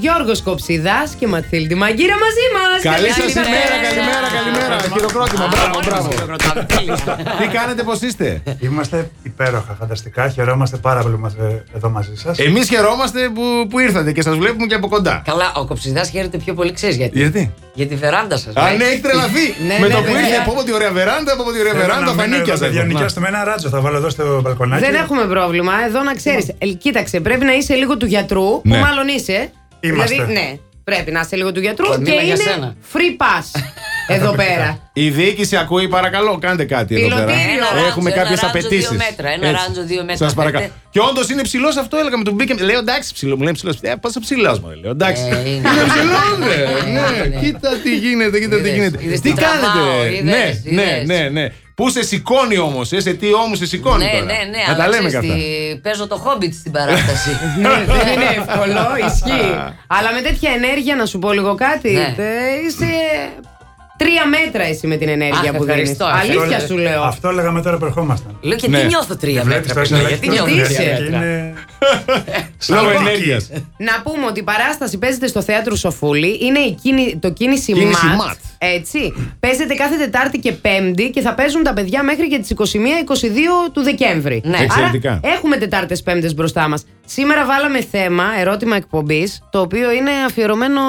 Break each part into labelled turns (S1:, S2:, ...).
S1: Γιώργος Κοψιδάς και Ματθίλντι Μαγκύρα μαζί μας.
S2: Καλή σας ημέρα,
S3: καλημέρα.
S2: καλημέρα, καλημέρα. Χειροκρότημα, μπράβο, μπράβο. Τι κάνετε, πώς είστε.
S4: Είμαστε υπέροχα, φανταστικά. Χαιρόμαστε πάρα πολύ που είμαστε εδώ μαζί σας.
S2: Εμείς χαιρόμαστε που, που ήρθατε και σας βλέπουμε και από κοντά.
S3: Καλά, ο Κοψιδάς χαίρεται πιο πολύ, ξέρεις γιατί.
S2: Γιατί?
S3: Για τη βεράντα σας.
S2: Αν έχει τρελαθεί
S1: Ναι,
S2: με
S1: ναι,
S2: το που
S1: βέβαια.
S2: ήρθε, πω πω τι ωραία βεράντα, από τι ωραία βεράντα, θα νίκιαζα.
S4: Θα νοικιάσουμε ένα ράτσο, θα βάλω εδώ στο μπαλκονάκι.
S1: Δεν έχουμε πρόβλημα. Εδώ να ξέρεις. Κοίταξε, πρέπει να είσαι λίγο του γιατρού,
S2: Ναι.
S1: που μάλλον είσαι.
S4: Είμαστε.
S1: Δηλαδή, ναι, πρέπει να είσαι λίγο του γιατρού
S3: Κοντήλα
S1: και
S3: για
S1: είναι
S3: σένα.
S1: free pass εδώ πέρα.
S2: Η διοίκηση ακούει, παρακαλώ, κάντε κάτι εδώ πέρα.
S1: Πιλωτήριο. Ένα ράντζο,
S2: Έχουμε
S3: ένα
S2: κάποιε
S3: ράντζο,
S2: απαιτήσει.
S3: δύο μέτρα, ένα ράντζο, δύο μέτρα,
S2: Σας παρακαλώ.
S3: πέντε.
S2: Και όντως είναι ψηλός αυτό, έλεγα με τον μπήκε. Λέω εντάξει, ψηλό. Μου λέει ψηλός. Ε, πόσο ψηλό μου, λέω. Εντάξει.
S3: Ε, είναι.
S2: Είναι ψηλό, ρε.
S3: Ε,
S2: Ναι,
S3: ναι.
S2: κοίτα τι γίνεται, κοίτα τι
S3: Είδες,
S2: γίνεται.
S3: είδες
S2: Τι
S3: τι τραβάω,
S2: κάνετε. Ναι,
S3: είδες,
S2: ναι,
S3: είδες.
S2: ναι, ναι. Πού σε σηκώνει όμως, ε, σε τι όμως σε σηκώνει.
S3: Ναι,
S2: τώρα.
S3: ναι, ναι.
S2: Να τα
S3: αλλά
S2: λέμε
S3: ξέρεις
S2: και αυτά.
S3: τι, Παίζω το χόμπιτ στην παράσταση.
S1: Ναι, δεν είναι εύκολο, ισχύει. Αλλά με τέτοια ενέργεια, να σου πω λίγο κάτι.
S3: Ναι.
S1: ε, Είσαι τρία μέτρα εσύ με την ενέργεια
S3: Αχ,
S1: που δίνεις.
S3: ευχαριστώ, ευχαριστώ.
S1: Αλήθεια σου λέω.
S4: Αυτό λέγαμε τώρα που ερχόμασταν.
S3: Λέω και
S2: Ναι.
S3: τι νιώθω τρία
S4: Βλέπεις
S3: μέτρα.
S4: τώρα
S3: παιδιά,
S4: στην
S3: Γιατί
S4: αλλαγή
S3: νιώθω
S4: του
S1: τρία
S4: Νοικιάκη,
S3: μέτρα.
S4: είναι-
S2: Λόγω
S4: Λοιπόν,
S2: ενέργειας.
S1: Να πούμε ότι η παράσταση παίζεται στο θέατρο Σοφούλη. Είναι η κίνη- το κίνηση,
S2: Κίνηση
S1: ΜΑΤ.
S2: ΜΑΤ.
S1: Έτσι. Παίζεται κάθε Τετάρτη και Πέμπτη και θα παίζουν τα παιδιά μέχρι και τις 21-22 του Δεκέμβρη.
S3: Ναι.
S2: Εξαιρετικά.
S1: Άρα έχουμε Τετάρτες Πέμπτες μπροστά μας. Σήμερα βάλαμε θέμα, ερώτημα εκπομπής, το οποίο είναι αφιερωμένο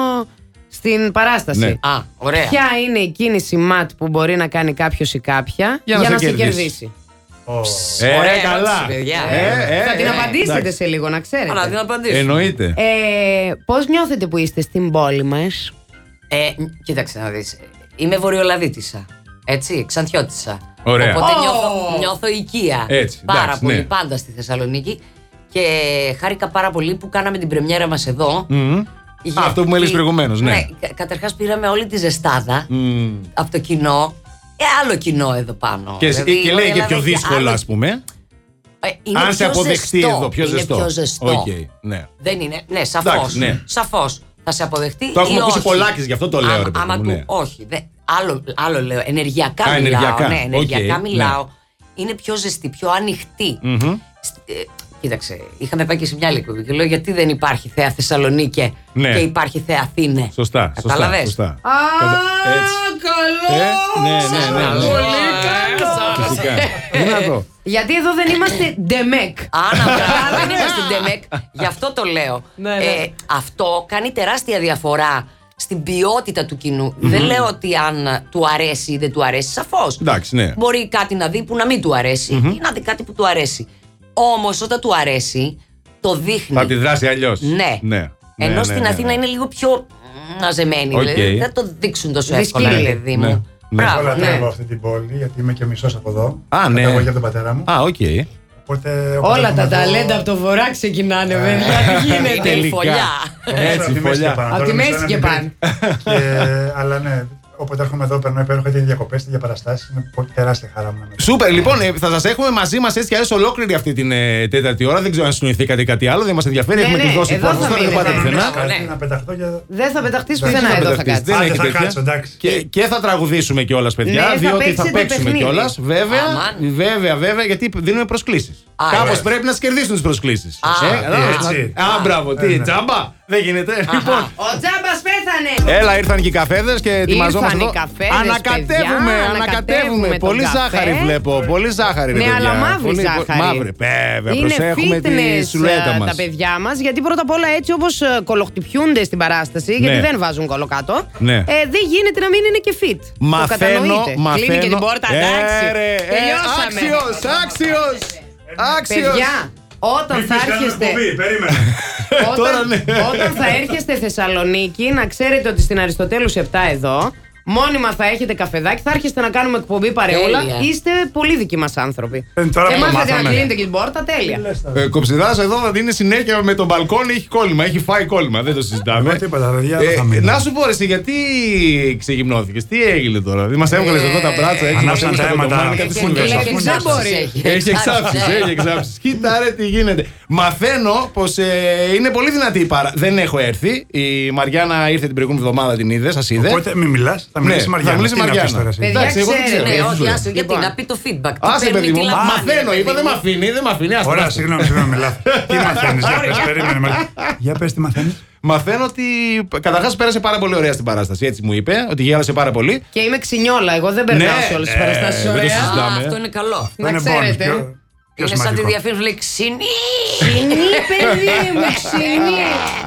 S1: στην παράσταση.
S2: Ναι.
S3: Α, ωραία.
S1: Ποια είναι η κίνηση ματ που μπορεί να κάνει κάποιος ή κάποια
S2: Για να σε
S1: σε
S2: κερδίσει.
S1: κερδίσει.
S4: Ω,
S2: Ε,
S3: Ωραία
S2: καλά.
S3: ερώτηση, παιδιά.
S2: Ε, ε,
S1: θα
S2: ε,
S1: την
S2: ε,
S1: απαντήσετε
S2: εντάξει.
S1: σε λίγο, να ξέρετε.
S3: Αλλά δεν απαντήσω.
S2: Εννοείται.
S1: Ε, Πώς νιώθετε που είστε στην πόλη μας,
S3: Ε, κοίταξε να δεις. Είμαι βορειολαδίτησα. Έτσι, ξανθιώτησα.
S2: Ωραία.
S3: Οπότε
S1: Ω!
S3: νιώθω, νιώθω οικία.
S2: Έτσι,
S3: πάρα
S2: εντάξει,
S3: πολύ,
S2: ναι.
S3: πάντα στη Θεσσαλονίκη. Και χάρηκα πάρα πολύ που κάναμε την πρεμιέρα μας εδώ.
S2: Μμμ.
S3: γιατί-
S2: Αυτό που μου έλεγες προηγουμένως, ναι.
S3: κα- καταρχάς πήραμε όλη τη ζεστάδα
S2: Μμμ.
S3: από το κοινό. Ε, άλλο κοινό εδώ πάνω.
S2: Και,
S3: Δηλαδή,
S2: και
S3: η
S2: λέει και
S3: Ελλάδα
S2: πιο
S3: έχει
S2: δύσκολα,
S3: άλλο-
S2: ας πούμε.
S3: Ε, είναι
S2: αν σε
S3: πιο
S2: αποδεχτεί
S3: ζεστό.
S2: εδώ, πιο
S3: Είναι
S2: ζεστό.
S3: πιο ζεστό.
S2: Οκ, ναι.
S3: Δεν είναι. Ναι, σαφώ.
S2: Εντάξει, ναι.
S3: Σαφώς. Θα σε αποδεχτεί.
S2: Το έχουμε
S3: ή
S2: ακούσει
S3: όχι.
S2: πολλάκις, γι' αυτό το λέω,
S3: Άμα-
S2: ρε παιδί
S3: άμα
S2: μου,
S3: του.
S2: ναι.
S3: Όχι. δε- άλλο, άλλο λέω. Ενεργειακά
S2: Α,
S3: μιλάω.
S2: ενεργειακά.
S3: Ναι, ενεργειακά
S2: Οκ, ναι.
S3: μιλάω. Είναι πιο ζεστή, πιο ανοιχτή.
S2: Μμμ.
S3: Σ- ε, κοίταξε, είχαμε πάει και σε μια άλλη εκπομπή και λέω γιατί δεν υπάρχει θέα Θεσσαλονίκη
S2: Ναι.
S3: και υπάρχει θέα Αθήνε.
S2: Σωστά, σωστά.
S3: Καταλαβες?
S2: σωστά.
S1: Α,
S2: Κατα- Έτσι.
S1: καλό!
S2: Ε, ναι, ναι, ναι, ναι.
S1: Πολύ
S3: Ε,
S1: καλό!
S2: Φυσικά. Δυνατό.
S1: Γιατί εδώ δεν είμαστε ντεμεκ.
S3: Άνα, μπράβο,
S2: Ναι.
S3: δεν είμαστε Ντεμεκ. E Γι' αυτό το λέω.
S1: Ναι, ναι.
S3: Ε, αυτό κάνει τεράστια διαφορά στην ποιότητα του κοινου Δεν λέω ότι αν του αρέσει ή δεν του αρέσει. Σαφώς.
S2: Εντάξει, ναι.
S3: Μπορεί κάτι να δει που να μην του αρεσει ή να δει κάτι που του αρέσει. Όμως όταν του αρέσει, το δείχνει.
S2: Θα αντιδράσει αλλιώς.
S3: Ναι.
S2: ναι.
S3: Ενώ
S2: Ναι,
S3: στην
S2: ναι, ναι,
S3: Αθήνα
S2: ναι.
S3: είναι λίγο πιο ναζεμένη.
S2: Οκ.
S3: Δηλαδή, δεν το δείξουν τόσο εύκολα,
S1: Δυσκύλοι.
S3: παιδί
S2: Ναι, ναι.
S3: μου. Μπράβο,
S4: Όλα
S3: ναι.
S4: τρέχω αυτή την πόλη, γιατί είμαι και μισός από εδώ.
S2: Α, ναι.
S4: Καταγωγή από τον πατέρα μου.
S2: Α, οκ.
S4: Οπότε, όποτε
S1: Όλα
S4: έρχομαι
S1: τα
S4: εδώ,
S1: ταλέντα από το βορρά ξεκινάνε,
S2: Ε.
S1: βέβαια. Τι
S3: Είναι η
S1: γίνεται.
S3: φωλιά.
S4: νομίζω
S2: Έτσι,
S4: από τη μέση
S2: φωλιά.
S4: και πάνω.
S1: Από τη
S4: Τώρα
S1: μέση
S4: μισό να
S1: και
S4: μην
S1: πάνω.
S4: πει. Και- Αλλά ναι, όποτε έρχομαι εδώ, περνάω υπέροχα και διακοπές και για παραστάσει. Είναι πολύ τεράστια χαρά μου.
S2: Σούπερ, λοιπόν, ε, θα σας έχουμε μαζί μας έτσι και αλλιώς ολόκληρη αυτή την ε, τέταρτη ώρα. Δεν ξέρω αν συνοηθήκατε κάτι άλλο, δεν μας ενδιαφέρει.
S1: Ναι,
S2: Έχουμε
S1: ναι,
S2: τη δώσει
S1: εδώ
S2: πόρτα,
S1: θα
S2: τώρα δεν
S1: μείνετε,
S2: πάτε
S1: ναι,
S2: πουθενά.
S3: ναι.
S4: Κάτι να πεταχτώ για.
S1: Δεν θα πεταχτείς
S4: Εντάξει,
S1: πουθενά
S2: δεν
S1: εδώ, θα
S2: μπερδευτείς,
S1: κάτσει.
S2: Δεν
S4: Άντε,
S2: έχει
S4: θα
S2: τέτοια.
S4: κάτσω, εντάξει.
S2: Και, και θα τραγουδήσουμε κιόλας, παιδιά,
S1: Ναι, θα
S2: διότι θα,
S1: παίξετε
S2: παίξουμε
S1: παιχνίδι.
S2: κιόλας. Βέβαια,
S3: Αμάν.
S2: βέβαια, βέβαια, γιατί δίνουμε προσκλήσεις.
S3: Α,
S1: ε.
S2: Κάπως
S3: ωραία.
S2: πρέπει να σκερδίσουν τις προσκλήσεις.
S3: Α, τι,
S4: έτσι.
S2: Α, μπράβο,
S4: Ε,
S2: τι,
S4: ναι.
S2: τσάμπα. Δεν γίνεται. Λοιπόν,
S1: Ο Τζάμπα πέθανε!
S2: Έλα, ήρθαν και οι καφέδες και ετοιμαζόμαστε.
S1: Ήρθαν οι
S2: εδώ.
S1: καφέδες,
S2: ανακατεύουμε,
S1: παιδιά, ανακατεύουμε
S2: ανακατεύουμε.
S1: τον
S2: Πολύ
S1: καφέ.
S2: ζάχαρη βλέπω. Πολύ ζάχαρη, ρε
S1: Ναι,
S2: παιδιά.
S1: αλλά μαύρη
S2: Πολύ-
S1: ζάχαρη.
S2: Μαύρη, βέβαια.
S1: Είναι
S2: προσέχουμε τη
S1: fitness
S2: σουλέτα
S1: ε,
S2: μα.
S1: τα παιδιά μας, γιατί πρώτα απ' όλα έτσι όπως κολοχτυπιούνται στην παράσταση, γιατί δεν βάζουν κόλλο κάτω,
S2: Ναι.
S1: ε, δεν γίνεται να μην είναι και fit. το
S2: Μαθαίνω,
S1: κατανοείτε.
S2: μαθαίνω.
S1: Κλείνει και την πόρτα,
S2: Ε,
S1: εντάξει.
S2: ρε, ε,
S1: Τελειώσαμε.
S2: Άξιος, άξιος. Άξιος.
S1: Παιδιά, όταν θα έρχεστε.
S4: Περίμενε.
S2: Τώρα
S1: όταν,
S2: ναι.
S1: όταν θα έρχεστε Θεσσαλονίκη, να ξέρετε ότι στην Αριστοτέλους 7 εδώ, μόνιμα θα έχετε καφεδάκι, θα έρχεστε να κάνουμε εκπομπή παρεούλα.
S3: Τέλεια.
S1: Είστε πολύ δικοί μας άνθρωποι.
S4: Ε, τώρα
S1: και
S4: που το
S1: μάθατε να
S4: μάθαμε.
S1: κλείνετε και την πόρτα, τέλεια.
S2: Ε, Κοψιδάς εδώ θα δίνει συνέχεια με τον μπαλκόνι, έχει κόλλημα, έχει φάει κόλλημα, δεν το συζητάμε. Ε,
S4: Εγώ τίποτα, παιδιά, δεν θα μείνω.
S2: να σου πω ρε, εσύ, γιατί ξεγυμνώθηκες, τι έγινε τώρα, δηλαδή
S3: Ε,
S2: μας έβγαλες εδώ τα μπράτσα έτσι.
S4: Ανάψαν
S2: μας
S4: τα
S2: έβγαλες
S4: αίματα.
S2: κοντομάνι, κάτι
S4: Και-
S2: συμβαίνει.
S4: και-
S1: Λέει και
S4: Αφού
S1: ξάμπορη.
S2: Ε, Έχει εξάψεις, έχει εξάψεις. Κοίτα ρε τι γίνεται. Μαθαίνω πως είναι πολύ δυνατή η παρά. Δεν έχω έρθει. Η Μαριάννα ήρθε την προηγούμενη εβδομάδα, την είδε, σας είδε.
S4: Οπότε μην μιλάς, θα μιλήσει η
S2: Ναι, θα
S4: Μαριάννα.
S2: μιλήσει η
S4: Τι να πεις
S2: Μαριάννα.
S4: τώρα εσύ.
S1: Παιδιά,
S2: Εντάξει, εγώ δεν
S1: ξέρετε,
S2: ξέρω.
S3: Ναι,
S2: δεν
S3: όχι,
S2: ξέρω.
S3: άσε, γιατί
S1: Λοιπόν.
S3: να πει το feedback. Τι
S2: Άσε,
S3: παίρνει,
S2: παιδί
S3: τι
S2: μου,
S3: λαμβάνει,
S2: μαθαίνω.
S3: ρε,
S2: Είπα,
S3: παιδί
S2: δεν με
S3: μου.
S2: αφήνει, δεν με αφήνει. άσε,
S4: Ωραία,
S2: άσε.
S4: συγγνώμη, συγγνώμη, λάθο. Τι μαθαίνεις, για πε, περίμενε. Μαρία. Για πες, τι μαθαίνεις.
S2: Μαθαίνω ότι. Καταρχάς πέρασε πάρα πολύ ωραία στην παράσταση. Έτσι μου είπε, ότι γέλασε πάρα πολύ.
S1: Και είμαι ξυνιόλα. Εγώ δεν περνάω
S2: Ναι,
S1: σε όλες τις
S2: ναι,
S1: παραστάσεις.
S2: δεν το
S1: Ωραία.
S2: συζητάω.
S3: Α,
S2: Συζητάμε.
S3: αυτό είναι καλό.
S1: Να
S4: είναι
S1: ξέρετε.
S4: bonus, πιο-
S3: Είναι
S4: πιο
S3: σαν τη
S4: σημαντικό.
S3: διαφήμιση λέει ξινή.
S1: Ξινή, παιδί μου, ξινή.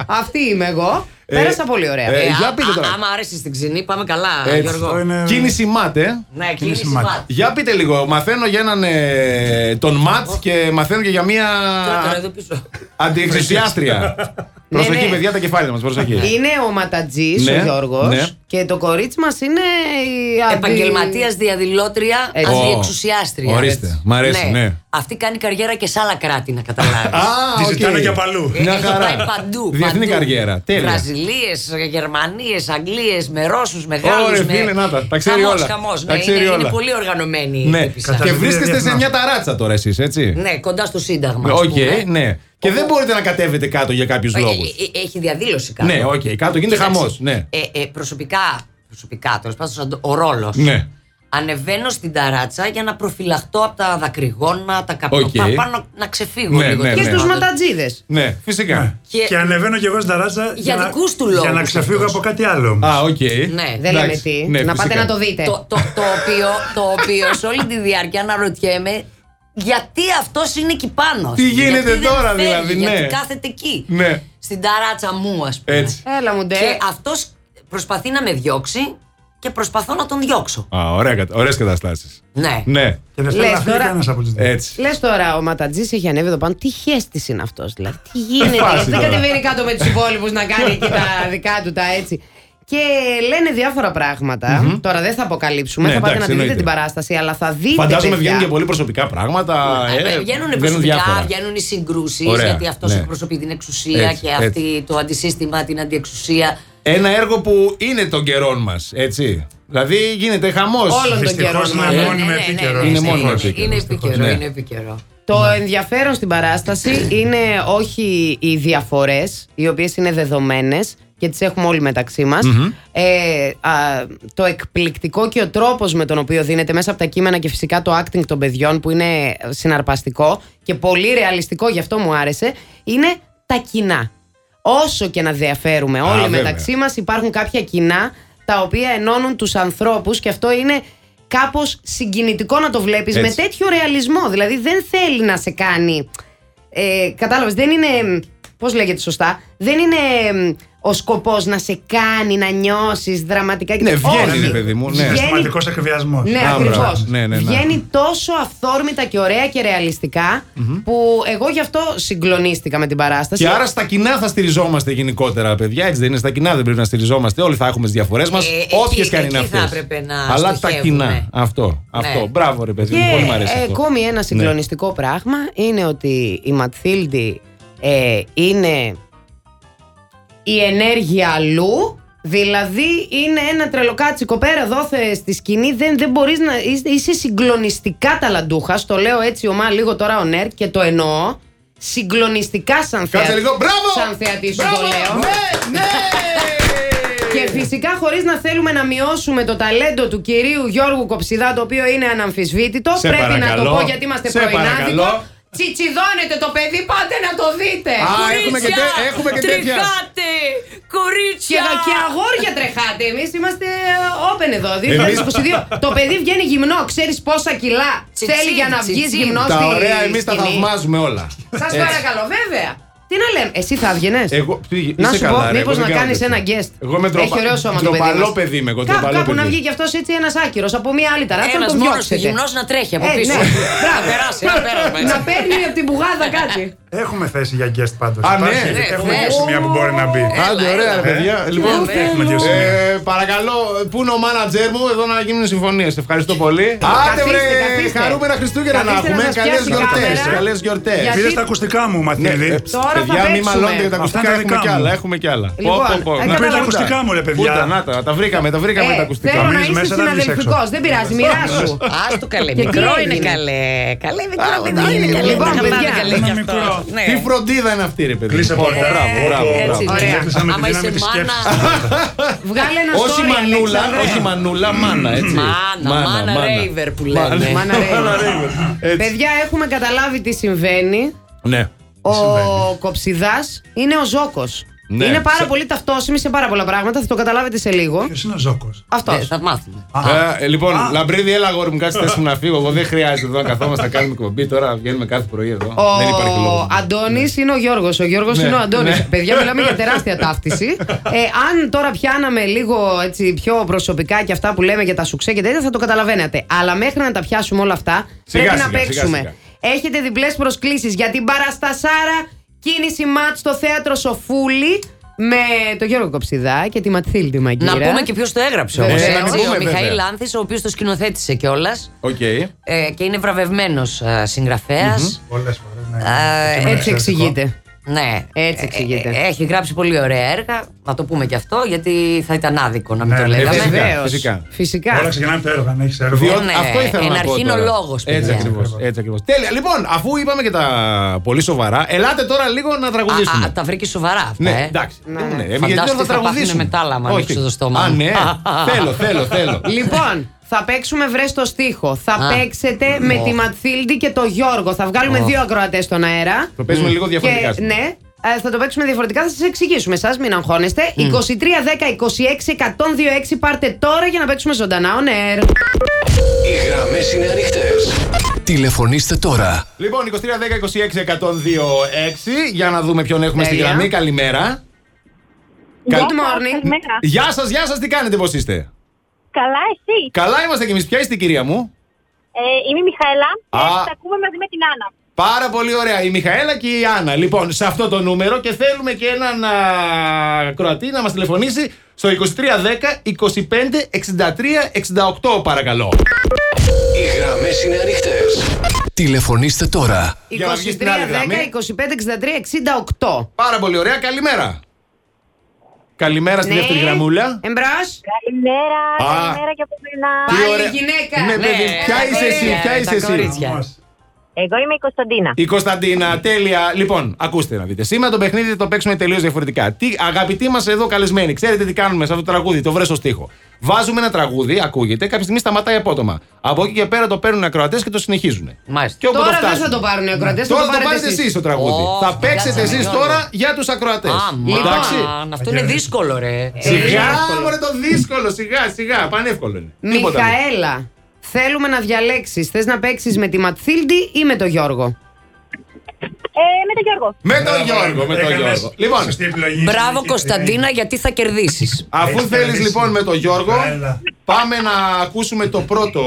S1: Αυτή είμαι εγώ.
S2: Ε,
S1: Πέρασα πολύ ωραία.
S2: ε,
S3: α-
S2: για πείτε
S3: α-
S2: τώρα.
S3: Άμα άρεσες στην ξινή, πάμε καλά,
S2: Έτσι.
S4: Αυτό
S3: Γιώργο.
S4: είναι-
S2: Κίνηση μάτε.
S3: Ναι, κίνηση
S4: σημαντικό.
S3: μάτι.
S2: Για πείτε λίγο, μαθαίνω για έναν ε, τον Ματ και μαθαίνω και για μία
S3: Τώρα τώρα εδώ πίσω.
S2: αντιεξουσιάστρια.
S1: Ναι,
S2: Προσοχή,
S1: ναι.
S2: παιδιά, τα κεφάλια μας, προσοχή.
S1: Είναι ο Ματατζής
S2: Ναι,
S1: ο Γιώργος
S2: ναι.
S1: και το κορίτσι μας είναι η αντι-
S3: Επαγγελματίας διαδηλώτρια,
S1: Έτσι.
S3: αντιεξουσιάστρια.
S2: Ορίστε,
S3: Έτσι.
S2: μ' αρέσει, ναι.
S3: Αυτή κάνει καριέρα και σε άλλα κράτη, να καταλάβεις.
S4: Τη
S2: οκ.
S4: ζητάνε και από αλλού.
S2: Μια
S3: Έχει
S2: χαρά.
S3: πάει παντού.
S2: Διεθνή
S3: παντού.
S2: καριέρα. Τέλεια.
S3: Βραζιλίες, Γερμανίες, Αγγλίες, με Ρώσους, μεγάλου.
S2: Ωραία,
S3: με...
S2: φίλε, να τα. Τα ξέρει
S3: Χαμός,
S2: όλα.
S3: χαμός,
S2: Τα
S3: ναι,
S2: ξέρει
S3: είναι,
S2: όλα.
S3: είναι πολύ οργανωμένη η
S2: Ναι.
S3: τύπησα.
S2: Και
S4: Κατασκευή
S2: βρίσκεστε σε
S4: διεθνώς.
S2: μια ταράτσα τώρα εσείς, έτσι.
S3: Ναι, κοντά στο Σύνταγμα.
S2: Οκ,
S3: ας πούμε.
S2: ναι. Και δεν μπορείτε να κατέβετε κάτω για κάποιους
S3: Ε,
S2: λόγους.
S3: ε, ε, Έχει διαδήλωση κάτω.
S2: Ναι, οκ, κάτω γίνεται
S3: Κοίταξε,
S2: χαμός. Ναι.
S3: Ε, ε, προσωπικά, προσωπικά τέλος πάντων, σαν το- ο ρόλος.
S2: Ναι.
S3: Ανεβαίνω στην ταράτσα για να προφυλαχτώ από τα δακρυγόνα, τα καπνό.
S2: Οκ.
S3: πάνω να ξεφύγω
S2: Ναι,
S3: λίγο.
S2: ναι,
S1: Και
S3: τέλος
S2: ναι.
S1: στου
S3: πάντων.
S1: ματατζίδε.
S2: Ναι, φυσικά.
S3: Και-
S4: Και... ανεβαίνω κι εγώ στην ταράτσα για, να-
S3: δικούς του
S4: Για να
S3: λόγους
S4: ξεφύγω
S3: αυτός.
S4: από κάτι άλλο.
S2: Α, οκ.
S3: Ναι.
S1: Δεν λέμε
S2: Εντάξει,
S1: τι.
S2: ναι,
S1: να πάτε
S2: φυσικά.
S1: να το δείτε.
S3: Το, το, το, οποίο, το οποίο σε όλη τη διάρκεια αναρωτιέμαι γιατί αυτός είναι εκεί πάνω.
S2: Τι γίνεται
S3: Γιατί δεν
S2: τώρα,
S3: φεύγει,
S2: δηλαδή, ναι.
S3: Γιατί κάθεται εκεί.
S2: Ναι.
S3: Στην ταράτσα μου, ας πούμε.
S2: Έτσι.
S1: Έλα μου ντε.
S3: Και αυτός προσπαθεί να με διώξει και προσπαθώ να τον διώξω.
S2: Α, ωραία κατα- ωραίες καταστάσεις.
S3: Ναι.
S2: Ναι,
S4: Και δεν
S1: Λες
S4: θέλει να φύγει
S1: τώρα-
S4: κανένας από τους δύο.
S2: έτσι.
S1: Λες τώρα, ο Ματατζής έχει ανέβει εδώ πάνω. Τι χέστης είναι αυτός, δηλαδή. Τι γίνεται,
S2: Φάση
S1: γιατί δεν
S2: τώρα.
S1: κατεβαίνει κάτω με τους υπόλοιπους να κάνει εκεί τα δικά του τα έτσι. Και λένε διάφορα πράγματα. Τώρα δεν θα αποκαλύψουμε,
S2: Ναι,
S1: θα πάτε
S2: εντάξει,
S1: να τη δείτε
S2: εννοείται.
S1: την παράσταση, αλλά θα δείτε.
S2: Φαντάζομαι
S1: παιδιά,
S2: βγαίνουν και πολύ προσωπικά πράγματα. ε,
S3: βγαίνουν προσωπικά,
S2: διάφορα.
S3: βγαίνουν οι συγκρούσεις,
S2: Ωραία,
S3: γιατί αυτός
S2: ναι.
S3: εκπροσωπεί την εξουσία
S2: Έτσι,
S3: και αυτή το αντισύστημα, την αντιεξουσία.
S2: Ένα έργο που είναι των καιρών μας, έτσι. Δηλαδή γίνεται χαμός.
S1: Όλων των
S4: Δυστυχώς,
S1: καιρών.
S4: ναι,
S1: μάλλον.
S4: ναι.
S3: Ε,
S4: μόνιμο επίκαιρο,
S2: Είναι
S3: δυστυχώς.
S2: μόνιμο επίκαιρο,
S3: ναι, Είναι
S2: δυστυχώς,
S3: επίκαιρο,
S2: ναι.
S3: είναι επίκαιρο.
S1: Το ενδιαφέρον στην παράσταση είναι όχι οι διαφορές, οι οποίες είναι δεδομένες και τις έχουμε όλοι μεταξύ μας. Ε, α, το εκπληκτικό και ο τρόπος με τον οποίο δίνεται μέσα από τα κείμενα και φυσικά το acting των παιδιών που είναι συναρπαστικό και πολύ ρεαλιστικό, γι' αυτό μου άρεσε, είναι τα κοινά. Όσο και να διαφέρουμε όλοι
S2: Α, βέβαια.
S1: μεταξύ μας, υπάρχουν κάποια κοινά τα οποία ενώνουν τους ανθρώπους και αυτό είναι κάπως συγκινητικό να το βλέπεις με
S2: Έτσι.
S1: τέτοιο ρεαλισμό. Δηλαδή δεν θέλει να σε κάνει. Ε, Κατάλαβες, δεν είναι. Πώς λέγεται σωστά, δεν είναι ε, ο σκοπός να σε κάνει να νιώσεις δραματικά και
S2: Ναι, βγαίνει,
S1: Όχι.
S2: ρε παιδί μου, ναι.
S1: Βγαίνει-
S4: Συστηματικός εκβιασμός.
S1: Ναι,
S2: Α,
S1: ακριβώ.
S2: μπράβο. Ναι, ναι, ναι.
S1: Βγαίνει τόσο αυθόρμητα και ωραία και ρεαλιστικά, που εγώ γι' αυτό συγκλονίστηκα με την παράσταση.
S2: Και άρα στα κοινά θα στηριζόμαστε γενικότερα, παιδιά. Έτσι δεν είναι. Στα κοινά δεν πρέπει να στηριζόμαστε. Όλοι θα έχουμε τις διαφορές μα.
S3: Ε, εκεί-
S2: Όποιες και αν είναι
S3: εκεί
S2: αυτέ.
S3: θα έπρεπε να
S2: Αλλά τα
S3: στοχεύουμε.
S2: κοινά. Αυτό. αυτό. Μπράβο, ρε παιδί
S1: Ναι. Και
S2: μου. Πολύ μου αρέσει.
S1: ε,
S2: αυτό. Ναι.
S1: ακόμη ένα συγκλονιστικό πράγμα είναι ότι η Ματθίλντι ε, είναι η ενέργεια αλλού. Δηλαδή είναι ένα τρελοκάτσικο πέρα δόθε στη σκηνή δεν, δεν μπορείς να είσαι- είσαι συγκλονιστικά ταλαντούχας το λέω έτσι ομά λίγο τώρα ο Νέρ και το εννοώ συγκλονιστικά σαν θεατή
S2: Κάτσε λίγο. Μπράβο!
S1: σαν θεατή σου το
S2: Μπράβο!
S1: λέω
S2: Ναι, ναι! Ε.
S1: και φυσικά χωρίς να θέλουμε να μειώσουμε το ταλέντο του κυρίου Γιώργου Κοψιδά, το οποίο είναι αναμφισβήτητο.
S2: Σε
S1: πρέπει
S2: παρακαλώ.
S1: να το πω γιατί είμαστε
S2: Σε
S1: πρωινάδικο.
S2: παρακαλώ.
S1: Τσιτσιδώνετε το παιδί, πάτε να το δείτε.
S2: Α, έχουμε και, τέ- έχουμε και τέτοια.
S3: Τριχάτε!
S1: Και,
S3: Κορίτσια!
S1: και αγόρια τρεχάτε. Εμείς είμαστε ε, open εδώ. 2022. το παιδί βγαίνει γυμνό. Ξέρεις πόσα κιλά
S3: Τσιτσί,
S1: θέλει για να βγει
S3: τσιτσί.
S1: γυμνός
S2: Τα
S1: στη
S2: ωραία εμείς τα θαυμάζουμε όλα.
S1: Σας
S2: Έτσι.
S1: παρακαλώ, βέβαια. Τι να λέμε, εσύ θα έβγαινες.
S2: Εγώ,
S1: Να
S2: είσαι
S1: σου
S2: καλά,
S1: πω,
S2: ρε,
S1: μήπως
S2: εγώ
S1: να
S2: δεν κάνω
S1: κάνεις
S2: τέτοια.
S1: ένα guest.
S2: Εγώ με τροπα...
S1: Έχει ωραίο σώμα το παιδί.
S2: τροπαλό
S1: μας.
S2: παιδί είμαι. εγώ,
S1: Κάπου-
S2: τροπαλό
S1: κάπου να
S2: παιδί.
S1: βγει κι αυτός έτσι ένας άκυρος από μία άλλη ταράτσα να
S3: Ένα
S1: τον
S3: μόνος του
S1: διώξετε.
S3: γυμνός να τρέχει από
S1: Ε,
S3: πίσω.
S1: ναι.
S3: Να
S1: Μπράβο.
S3: περάσει, να πέρασμα.
S1: Να παίρνει από την πουγάδα κάτι.
S4: Έχουμε θέση για guest πάντως.
S2: Α, ναι. Ναι,
S4: Έχουμε
S3: θες.
S4: δύο σημεία που μπορεί να μπει.
S3: Έλα,
S2: Άντε, ωραία,
S3: έλα.
S2: ρε, παιδιά.
S4: Ε,
S2: Λοιπόν,
S4: ούτε έχουμε δύο σημεία.
S2: ε, παρακαλώ, πού είναι ο μάνατζερ μου εδώ να γίνουν συμφωνίες. Ευχαριστώ πολύ. Άντε, βρε,
S1: καθίστε.
S2: χαρούμενα Χριστούγεννα να
S1: Καθίστε να
S2: έχουμε.
S1: σας
S2: Καλές
S1: πιάσει η
S2: γιορτές.
S1: κάμερα.
S2: Καλές γιορτές.
S1: Γιατί-
S4: Πήρες τα ακουστικά μου,
S2: Ναι,
S4: Ματίλη.
S1: Τώρα θα
S2: Ε, παιδιά, μην
S1: παίξουμε.
S2: μαλώνετε για τα
S4: Ναι, Αυτά
S2: ακουστικά.
S4: είναι
S2: Έχουμε
S4: δικά
S2: κι
S4: μου.
S2: άλλα. Έχουμε κι άλλα.
S1: Λοιπόν, ε,
S2: Να
S1: καλά,
S2: πείτε
S1: τα
S4: ακουστικά μου, ρε, παιδιά.
S2: Ούτε, να τα, τα βρήκαμε, τα βρήκαμε τα
S1: Ε,
S2: ακουστικά.
S1: Θέλω να
S4: Εμείς
S1: είσαι
S4: μέσα, να βγεις
S1: συναδελφικός. Δεν πειράζει, μοιράσου.
S3: Α το καλέ.
S1: Και
S3: Μικρό
S1: τι
S3: είναι
S1: έγινε.
S3: καλέ. Καλέ,
S2: Α,
S3: μικρό
S2: ναι,
S3: παιδί είναι καλέ.
S1: λοιπόν,
S3: Τα
S1: παιδιά,
S3: αγαπάμε καλέ
S4: ένα
S3: κι αυτό.
S4: μικρό.
S3: Ναι.
S2: Τι φροντίδα είναι αυτή, ρε παιδί.
S4: Κλείσε
S2: Μπράβο,
S4: πόρτα.
S2: μπράβο,
S3: Ε,
S2: μπράβο.
S3: έτσι
S2: μπράβο.
S1: Ωραία.
S4: Έκλεισαμε τη
S3: Άμα
S4: Λοιπόν, δύναμη
S3: είσαι
S4: της
S3: μάνα.
S4: σκέψης.
S1: Βγάλε ένα
S2: Όχι
S1: story,
S2: μανούλα,
S1: Αλέξανδρε.
S2: όχι μανούλα, μάνα, έτσι.
S3: Μάνα, μάνα raver που λένε.
S1: Μάνα raver.
S2: Μάνα raver. Έτσι.
S1: Παιδιά, έχουμε καταλάβει τι συμβαίνει.
S2: Ναι.
S1: Ο
S4: συμβαίνει.
S1: Κοψιδάς είναι ο Ζόκο.
S2: Ναι.
S1: Είναι πάρα
S2: Σα-
S1: πολύ ταυτόσιμη σε πάρα πολλά πράγματα. Θα το καταλάβετε σε λίγο.
S4: Ποιος είναι ο Ζόκο.
S1: Αυτό.
S3: Ε, Θα μάθουμε.
S2: Ε, λοιπόν, Λαμπρίδη, έλα αγόρι μου, κάτσε θέση μου να φύγω. Εγώ δεν χρειάζεται εδώ να καθόμαστε να κάνουμε εκπομπή. Τώρα βγαίνουμε κάθε πρωί εδώ. Δεν υπάρχει
S1: Ο
S2: λόγος.
S1: Αντώνης είναι ο Γιώργος. Ο Γιώργος
S2: Ναι,
S1: είναι ο Αντώνης.
S2: ναι.
S1: Παιδιά, μιλάμε για τεράστια ταύτιση. Ε, αν τώρα πιάναμε λίγο έτσι, πιο προσωπικά και αυτά που λέμε για τα σουξέ και τέτοια, θα το καταλαβαίνετε. Αλλά μέχρι να τα πιάσουμε όλα αυτά,
S2: Σιγά,
S1: πρέπει να
S2: σιγά,
S1: παίξουμε.
S2: σιγά,
S1: Έχετε διπλές προσκλήσεις για την Παραστασάρα κίνηση ματ στο θέατρο Σοφούλη με τον Γιώργο Κοψιδά και τη Ματθίλη τη Μαγκύρα.
S3: Να πούμε και ποιος το
S2: Ναι,
S3: έγραψε όμως.
S1: Βέβαια. Ε, να μην
S2: πούμε,
S3: ο Μιχαήλ
S2: βέβαια.
S3: Λάνθης, ο οποίος το σκηνοθέτησε κιόλας
S2: Οκ.
S3: ε, και είναι ε, βραβευμένο συγγραφέα.
S4: Πολλές φορές.
S3: Ε,
S4: Ναι. λοιπόν. Και
S1: Έτσι
S4: με εξαιρετικό.
S1: εξηγείται.
S3: Ναι.
S1: Έτσι εξηγείται.
S3: Ε, ε, Έχει γράψει πολύ ωραία έργα. Να το πούμε κι αυτό, γιατί θα ήταν άδικο να μην
S4: Ναι,
S3: το
S4: ναι,
S3: λέγαμε.
S2: φυσικά.
S1: Βεβαίως.
S2: φυσικά.
S1: Φυσικά.
S4: Όλα ξεκινάνε το έργο, αν έχεις έργο.
S2: Διότι
S3: Ναι,
S2: αυτό ήθελα να πω
S3: εναρχήν ο
S2: τώρα.
S3: λόγος,
S2: Έτσι
S3: παιδιά.
S2: ακριβώς. Έτσι ακριβώς. Τέλεια. Λοιπόν, αφού είπαμε και τα πολύ σοβαρά, ελάτε τώρα λίγο να τραγουδήσουμε.
S3: Α, α, τα βρήκε σοβαρά αυτά.
S2: Ναι,
S3: ε.
S2: εντάξει. Ναι, ναι.
S3: Φαντάζομαι
S2: Γιατί τώρα
S3: ότι θα πάθουνε
S2: τραγουδήσουμε.
S3: μετάλλαμα, αν
S2: Όχι.
S3: ανοίξω το στόμα
S2: Α,
S3: μου.
S2: ναι. θέλω, θέλω, θέλω.
S1: Λοιπόν, θα παίξουμε βρε το στίχο. Θα
S3: Α.
S1: παίξετε με τη Ματθίλντι και το Γιώργο. Θα βγάλουμε δύο ακροατές στον αέρα.
S2: Το παίζουμε λίγο διαφορετικά.
S1: Και, ναι, ε, θα το παίξουμε διαφορετικά. Θα σας εξηγήσουμε εσά, μην αγχώνεστε. 23-10-26-126 πάρτε τώρα για να παίξουμε ζωντανά on air.
S5: Οι γραμμές είναι ανοιχτές. Τηλεφωνήστε τώρα.
S2: Λοιπόν, 23, 10, 26, 102, 6. Για να δούμε ποιον έχουμε στη
S1: Τέλεια.
S2: γραμμή. Καλημέρα.
S6: Γεια
S2: Good
S6: σας,
S1: morning.
S6: καλημέρα.
S2: Γεια σας, γεια σας, τι κάνετε, πώς είστε.
S6: Καλά, εσύ.
S2: Καλά είμαστε κι εμείς. Ποια είστε, κυρία μου.
S6: Ε, είμαι η Μιχαέλα και
S2: Α.
S6: τα ακούμε μαζί με την Άννα.
S2: Πάρα πολύ ωραία. Η Μιχαέλα και η Άννα. Λοιπόν, σε αυτό το νούμερο και θέλουμε και έναν α, Κροατή να μας τηλεφωνήσει στο 2310 25 63 68, παρακαλώ.
S5: Οι γραμμές είναι ανοιχτές. Τηλεφωνήστε τώρα.
S2: Για να βγεις στην άλλη γραμμή.
S1: 23-10-25-63-68.
S2: Πάρα πολύ ωραία. Καλημέρα. Καλημέρα
S1: Ναι.
S2: στη δεύτερη γραμμούλα.
S1: Εμπρός.
S6: Καλημέρα,
S2: Α.
S6: καλημέρα και από μένα.
S2: Τι
S1: Ε, Πάλι
S2: ωραία.
S1: γυναίκα.
S2: Ναι, παιδί,
S3: Ναι,
S2: ποια
S3: τα
S2: είσαι εσύ,
S3: κορίτσια,
S2: ποια
S3: τα
S2: είσαι εσύ.
S3: κορίτσια.
S4: Όμως,
S6: Εγώ είμαι η Κωνσταντίνα.
S2: Η Κωνσταντίνα, τέλεια. Λοιπόν, ακούστε να δείτε. Σήμερα το παιχνίδι θα το παίξουμε τελείως διαφορετικά. Τι, αγαπητοί μας εδώ καλεσμένοι, ξέρετε τι κάνουμε σε αυτό το τραγούδι, το βρέσο στίχο. Βάζουμε ένα τραγούδι, ακούγεται, κάποια στιγμή σταματάει απότομα. Από εκεί και πέρα το παίρνουν οι ακροατές και το συνεχίζουν.
S3: Μάλιστα.
S2: Και όπου το
S1: Τώρα δεν
S2: φτάσουν.
S1: θα το πάρουν οι ακροατές.
S2: Τώρα θα το πάρετε εσεί το τραγούδι.
S3: Ω,
S2: θα παίξετε
S3: κάτσε,
S2: εσεί
S3: Γιώργο.
S2: τώρα για τους ακροατές.
S3: Άμα,
S2: Εντάξει.
S3: αυτό είναι δύσκολο, ρε.
S1: Ε,
S2: Σιγά, μωρέ το δύσκολο, σιγά, σιγά. Πανεύκολο είναι. Τίποτα άλλο.
S1: Μιχαέλα, θέλουμε να διαλέξεις. Θες να παίξεις με τη Ματθίλντι ή με τον Γιώργο.
S6: Ε, με τον Γιώργο.
S2: Με τον
S4: μπράβο,
S2: Γιώργο, με τον
S4: έκανες
S2: Γιώργο. Λοιπόν,
S4: σωστή επιλογή.
S3: Μπράβο,
S4: Και-
S3: Κωνσταντίνα, γιατί θα κερδίσεις.
S2: Αφού
S4: Έχεις
S2: θέλεις
S4: κερδίσει.
S2: λοιπόν με τον Γιώργο,
S4: Έλα.
S2: πάμε να ακούσουμε το πρώτο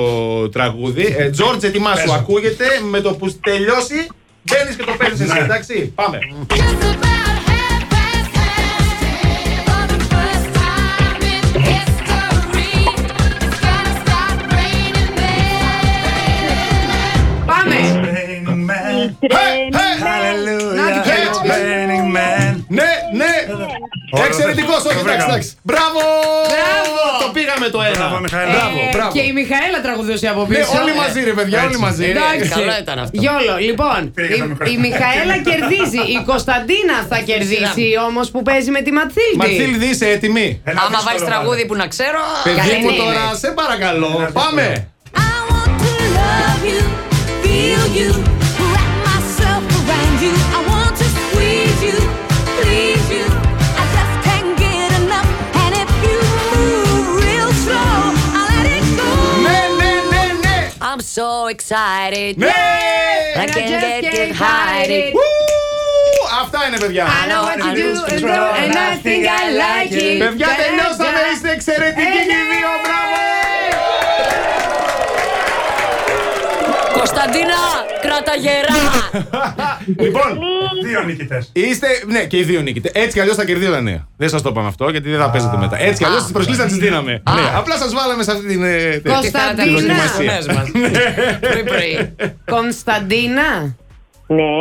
S2: τραγούδι. Ε, Τζόρτζ, ετοιμάσου,
S4: Παίζω.
S2: ακούγεται. Με το που τελειώσει, μπαίνεις και το παίρνει εσύ,
S4: Ναι.
S2: εντάξει. Πάμε.
S7: Just about half past ten for the first time in history. It's gonna start raining men.
S1: Πάμε!
S4: Burning Man,
S6: Τρένι.
S2: Ε,
S4: Hallelujah,
S2: Hey.
S4: it's Burning Man.
S2: Ναι, ναι.
S4: Ωραία,
S2: Εξαιρετικό, όχι,
S4: το
S2: εντάξει,
S4: βρήκαμε.
S2: εντάξει. Μπράβο!
S1: Μπράβο.
S2: Το πήγαμε το ένα.
S4: Μπράβο, Μιχαήλ.
S2: Μπράβο,
S1: Ε,
S2: μπράβο.
S1: Και η Μιχαέλα τραγουδούσε από
S2: Ναι,
S1: πίσω. Ε,
S2: όλοι μαζί, ρε παιδιά, όλοι
S4: Έτσι.
S2: μαζί.
S1: Εντάξει.
S3: Καλό ήταν αυτό.
S1: Γιόλο, λοιπόν.
S4: Πήρε και το
S1: η-
S4: μικρόφωνο.
S1: Η, Μιχαέλα κερδίζει. Η Κωνσταντίνα θα κερδίσει όμως που παίζει με τη Ματθίλντι.
S2: Μαρθίλη, Ε, είσαι έτοιμη.
S4: Ένα
S3: Άμα
S4: δύσκολο
S3: βάλει
S4: βάλε.
S3: τραγούδι που να ξέρω.
S2: Παιδί
S1: καλή
S2: μου
S1: είναι.
S2: τώρα, σε παρακαλώ.
S4: Ένα
S2: Πάμε.
S4: δύσκολο.
S7: I want to love you, feel you, wrap myself around you. I want to squeeze you, please you. I just can't get enough. And if you move real slow, I'll let it go.
S2: Ναι, ναι, ναι, ναι.
S3: I'm so excited.
S2: Ναι!
S3: I
S1: And I
S3: can't
S1: just
S3: get
S1: can't
S3: it hide
S1: hide
S3: it.
S1: it.
S2: Ου! Αυτά είναι, παιδιά.
S1: I know what to do and do and I think I like it.
S2: Παιδιά, τελειώσαμε. Είστε εξαιρετικοί και
S1: Ε,
S2: οι δύο.
S1: ναι.
S2: Μπράβο!
S3: Κωνσταντίνα, κράτα γερά.
S2: Λοιπόν,
S4: Δύο νικητέ.
S2: είστε. Ναι, και οι δύο νίκητες. Έτσι κι αλλιώς θα κερδίζανε. Δεν σας το είπαμε αυτό γιατί δεν θα παίζετε μετά. Έτσι κι αλλιώς τις προσκλήσεις θα τις δίναμε. Ναι, απλά σας βάλαμε σε αυτή την. ε, τέτοια.
S1: Κώστα, Κωνσταντίνα.
S3: Τι κάνατε
S2: Δοκιμασία.
S3: τις φωνές μας.
S2: Ναι.
S3: Πριν-πριν.
S1: Κωνσταντίνα,
S6: Ναι.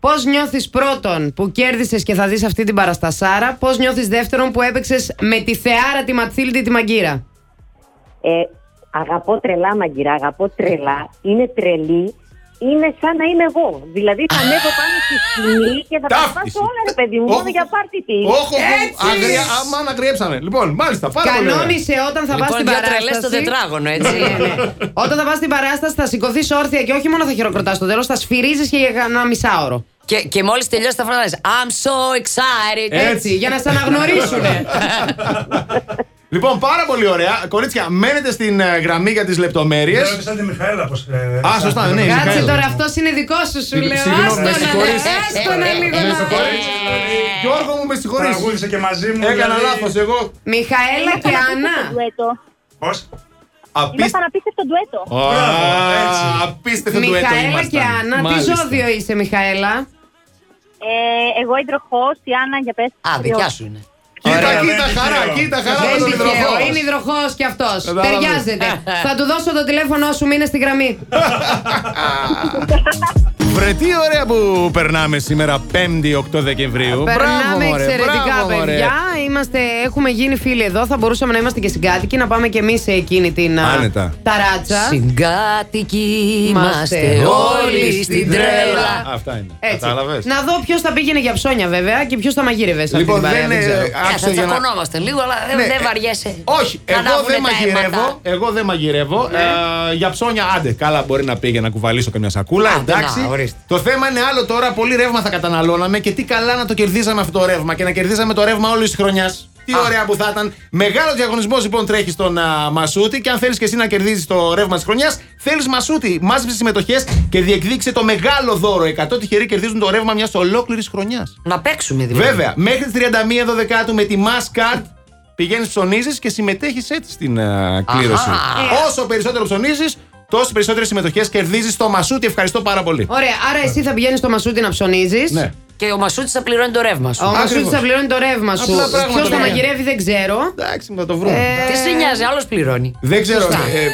S1: πώς νιώθεις πρώτον που κέρδισες και θα δεις αυτή την παραστασάρα, πώς νιώθεις δεύτερον που έπαιξες με τη θεάρα τη Ματθίλντι τη Μαγκύρα.
S6: Ε, αγαπώ τρελά, μαγκυρά, αγαπώ τρελά. Είναι τρελή. είναι σαν να είμαι εγώ. Δηλαδή θα ανέβω πάνω στη σκηνή και θα τα
S2: Ταύτιση.
S6: σπάσω όλα, ρε παιδί μου,
S2: Όχ,
S6: μόνο για πάρτι της.
S2: όχ,
S1: Έτσι.
S2: όχ, αγρία, άμα ανακρύψαμε. Λοιπόν, μάλιστα, πάρα πολύ. ωραία.
S1: Κανόνισε όταν θα πα
S3: Λοιπόν,
S1: στην
S3: δύο
S1: παράσταση.
S3: τρελές στο τετράγωνο, έτσι.
S1: Ναι, ναι. Όταν θα πα στην παράσταση, θα σηκωθείς όρθια και όχι μόνο θα χειροκροτάς στο τέλος, θα σφυρίζεις και για ένα μισάωρο.
S3: και, και μόλις τελειώσει τα φράγματα, I'm so excited.
S2: Ε,
S1: Έτσι, για να σε αναγνωρίσουνε.
S2: Λοιπόν, πάρα πολύ ωραία. Κορίτσια, μένετε στην ε, γραμμή για τις λεπτομέρειες.
S4: Δεν ρώτησα τη Μιχαέλα πώς... ε,
S2: Α, σωστά, ναι, η
S1: Κάτσε
S2: Μιχαέλα.
S1: τώρα, αυτό είναι δικό σου, σου
S2: Συγγνώμη,
S1: λέω.
S2: με
S1: Άστο να
S2: συγχωρείς. Ε,
S1: άστο να λίγο
S2: Με
S1: να
S2: συγχωρείς. Γιώργο μου, με συγχωρείς.
S4: Τραγούδισε και μαζί μου.
S2: Έκανα
S4: δηλαδή.
S2: λάθο εγώ.
S1: Μιχαέλα
S6: Ε,
S1: και Άννα.
S4: Πώς?
S6: Είναι
S2: Απίστευτο.
S6: παραπίστευτο ντουέτο.
S4: Μπράβο, έτσι.
S2: Απίστευτο του έτο
S1: Μιχαέλα και Άννα, τι ζώδιο είσαι, Μιχαέλα.
S6: Ε, εγώ υδροχό, η Άννα για πες.
S3: Α, δικιά σου είναι.
S2: Κοίτα,
S4: Ωραία.
S2: κοίτα, χαρά,
S4: Δεν
S2: κοίτα, χαρά με
S1: Δεν
S2: τον υδροχό.
S1: τυχαίο, είναι υδροχός κι αυτό.
S2: Κατάλαβα.
S1: Ταιριάζεται. Θα του δώσω το τηλέφωνό σου, μείνε στη γραμμή.
S2: Βρε τι ωραία που περνάμε σήμερα 5η 8 Δεκεμβρίου.
S1: Περνάμε
S2: Μπράβο, μωρέ,
S1: εξαιρετικά,
S2: μπράβο, μωρέ.
S1: παιδιά. Είμαστε, έχουμε γίνει φίλοι εδώ. Θα μπορούσαμε να είμαστε και συγκάτοικοι, να πάμε και εμείς σε εκείνη την α,
S2: Άνετα.
S1: ταράτσα.
S3: Συγκάτοικοι
S1: Είμαστε
S3: είμαστε όλοι
S1: όλοι
S3: στην
S1: στην
S3: τρέλα.
S1: τρέλα.
S2: Αυτά είναι.
S1: Έτσι.
S2: Κατάλαβες.
S1: Να δω ποιος θα πήγαινε για ψώνια, βέβαια, και ποιος θα μαγείρευε σε
S2: Λοιπόν,
S1: αυτή την παρέα. Δεν
S2: δεν
S1: ξέρω.
S2: είναι.
S3: Ε,
S2: άκουσα
S3: Θα
S2: για να-
S3: τσακωνόμαστε λίγο, αλλά δεν-
S2: Ναι,
S3: δεν
S2: ε,
S3: βαριέσαι.
S2: Όχι,
S3: Να
S2: εγώ
S3: ανάβουνε
S2: δεν
S3: τα
S2: μαγειρεύω.
S3: αίματα. Ναι.
S2: Εγώ δεν μαγειρεύω. Ε, για ψώνια, άντε. Καλά, μπορεί να πήγε να κουβαλήσω καμιά σακούλα.
S3: Άντε,
S2: εντάξει.
S3: να, ορίστε.
S2: το θέμα είναι άλλο τώρα. Πολύ ρεύμα θα καταναλώναμε και τι καλά να το κερδίζαμε αυτό το ρεύμα και να κερδίζαμε το ρεύμα όλης της χρονιάς. Τι ωραία που θα ήταν. Μεγάλος διαγωνισμός λοιπόν τρέχει στον α, Μασούτη. Και αν θέλεις και εσύ να κερδίζεις το ρεύμα της χρονιάς, θέλεις Μασούτη. Μάζεψε συμμετοχές και διεκδίκησε το μεγάλο δώρο. 100 τυχεροί κερδίζουν το ρεύμα μιας ολόκληρης χρονιάς.
S3: Να παίξουμε δηλαδή.
S2: Βέβαια, μέχρι τις 31 Δωδεκάτου με τη Mascard πηγαίνεις, ψωνίζεις και συμμετέχεις έτσι στην ε, κλήρωση.
S1: Ε.
S3: Αχα.
S2: Όσο περισσότερο ψωνίζεις, τόσο περισσότερες συμμετοχές κερδίζεις στο Μασούτη. Ευχαριστώ πάρα πολύ.
S1: Ωραία, άρα εσύ θα πηγαίνεις στο μασούτι να ψωνίζεις.
S2: Ναι.
S3: Και ο Μασούτης θα πληρώνει το ρεύμα
S1: Ο
S3: σου.
S1: Μασούτης
S2: Ακριβώς.
S1: θα πληρώνει το ρεύμα σου.
S2: Απλά πράγματα
S1: Ποιος θα
S2: είναι.
S1: μαγειρεύει δεν ξέρω.
S2: Εντάξει, θα το βρούμε.
S1: Ε,
S3: Τι σε νοιάζει, άλλος πληρώνει.
S2: Δεν ξέρω. ε,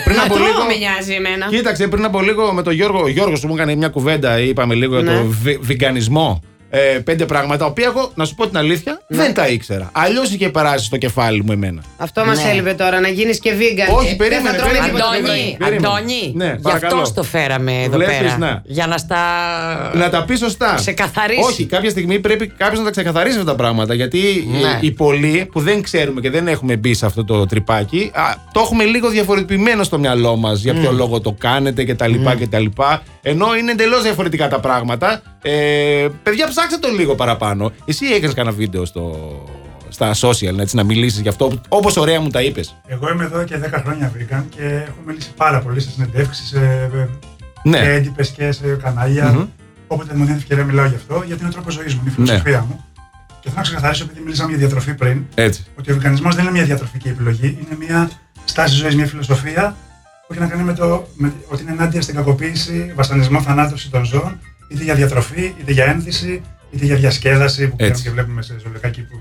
S2: πριν
S1: να
S2: από
S1: τρώω
S2: λίγο.
S1: με νοιάζει εμένα.
S2: Κοίταξε, πριν από λίγο με τον Γιώργο. Ο Γιώργο μου έκανε μια κουβέντα, είπαμε λίγο για
S1: Ναι.
S2: το βι- βιγκανισμό. Ε, πέντε πράγματα, οποία εγώ, να σου πω την αλήθεια,
S1: Ναι.
S2: δεν τα ήξερα. Αλλιώς είχε περάσει στο κεφάλι μου εμένα.
S1: Αυτό μας
S3: Ναι.
S1: έλειπε τώρα, να γίνεις και vegan.
S2: Όχι,
S1: Ε,
S2: περίμενε,
S1: Δεν θα τρώμε
S2: περίμενε.
S1: τίποτα. το πρωί.
S3: Αντώνη,
S2: Περίμενε.
S3: Αντώνη,
S2: Ναι,
S3: γι'
S2: παρακαλώ.
S3: αυτό το φέραμε εδώ
S2: Βλέπεις,
S3: πέρα.
S2: ναι.
S3: Για να στα.
S2: να τα πεις σωστά.
S3: Ξεκαθαρίσεις.
S2: Όχι, κάποια στιγμή πρέπει κάποιος να τα ξεκαθαρίσει αυτά τα πράγματα. Γιατί
S3: Ναι.
S2: οι οι πολλοί που δεν ξέρουμε και δεν έχουμε μπει σε αυτό το τρυπάκι, α, το έχουμε λίγο διαφορετημένο στο μυαλό μας. Για
S3: Mm.
S2: ποιο λόγο το κάνετε κτλ. κτλ. Ενώ είναι εντελώς διαφορετικά τα πράγματα. Ε, παιδιά, ψάξτε το λίγο παραπάνω. Εσύ έκανε κανένα βίντεο στο, στα social έτσι, να μιλήσεις γι' αυτό, όπως ωραία μου τα είπες.
S4: Εγώ είμαι εδώ και 10 χρόνια vegan και έχω μιλήσει πάρα πολύ σε συνεντεύξεις, σε
S2: Ναι.
S4: ναι. έντυπες και σε κανάλια. Όποτε μου δίνει ευκαιρία μιλάω γι' αυτό, γιατί είναι ο τρόπος ζωής μου, είναι
S2: Ναι.
S4: η φιλοσοφία μου. Και θέλω να ξεκαθαρίσω, επειδή μιλήσαμε για διατροφή πριν,
S2: Έτσι.
S4: ότι ο βιγανισμός δεν είναι μια διατροφική επιλογή, είναι μια στάση ζωής, μια φιλοσοφία που έχει να κάνει με το με, ότι είναι ενάντια στην κακοποίηση, βασανισμό, θανάτωση των ζώων, είτε για διατροφή, είτε για ένδυση, είτε για διασκέδαση που
S2: Έτσι.
S4: κάνουμε και βλέπουμε σε ζωολογικά κήπους.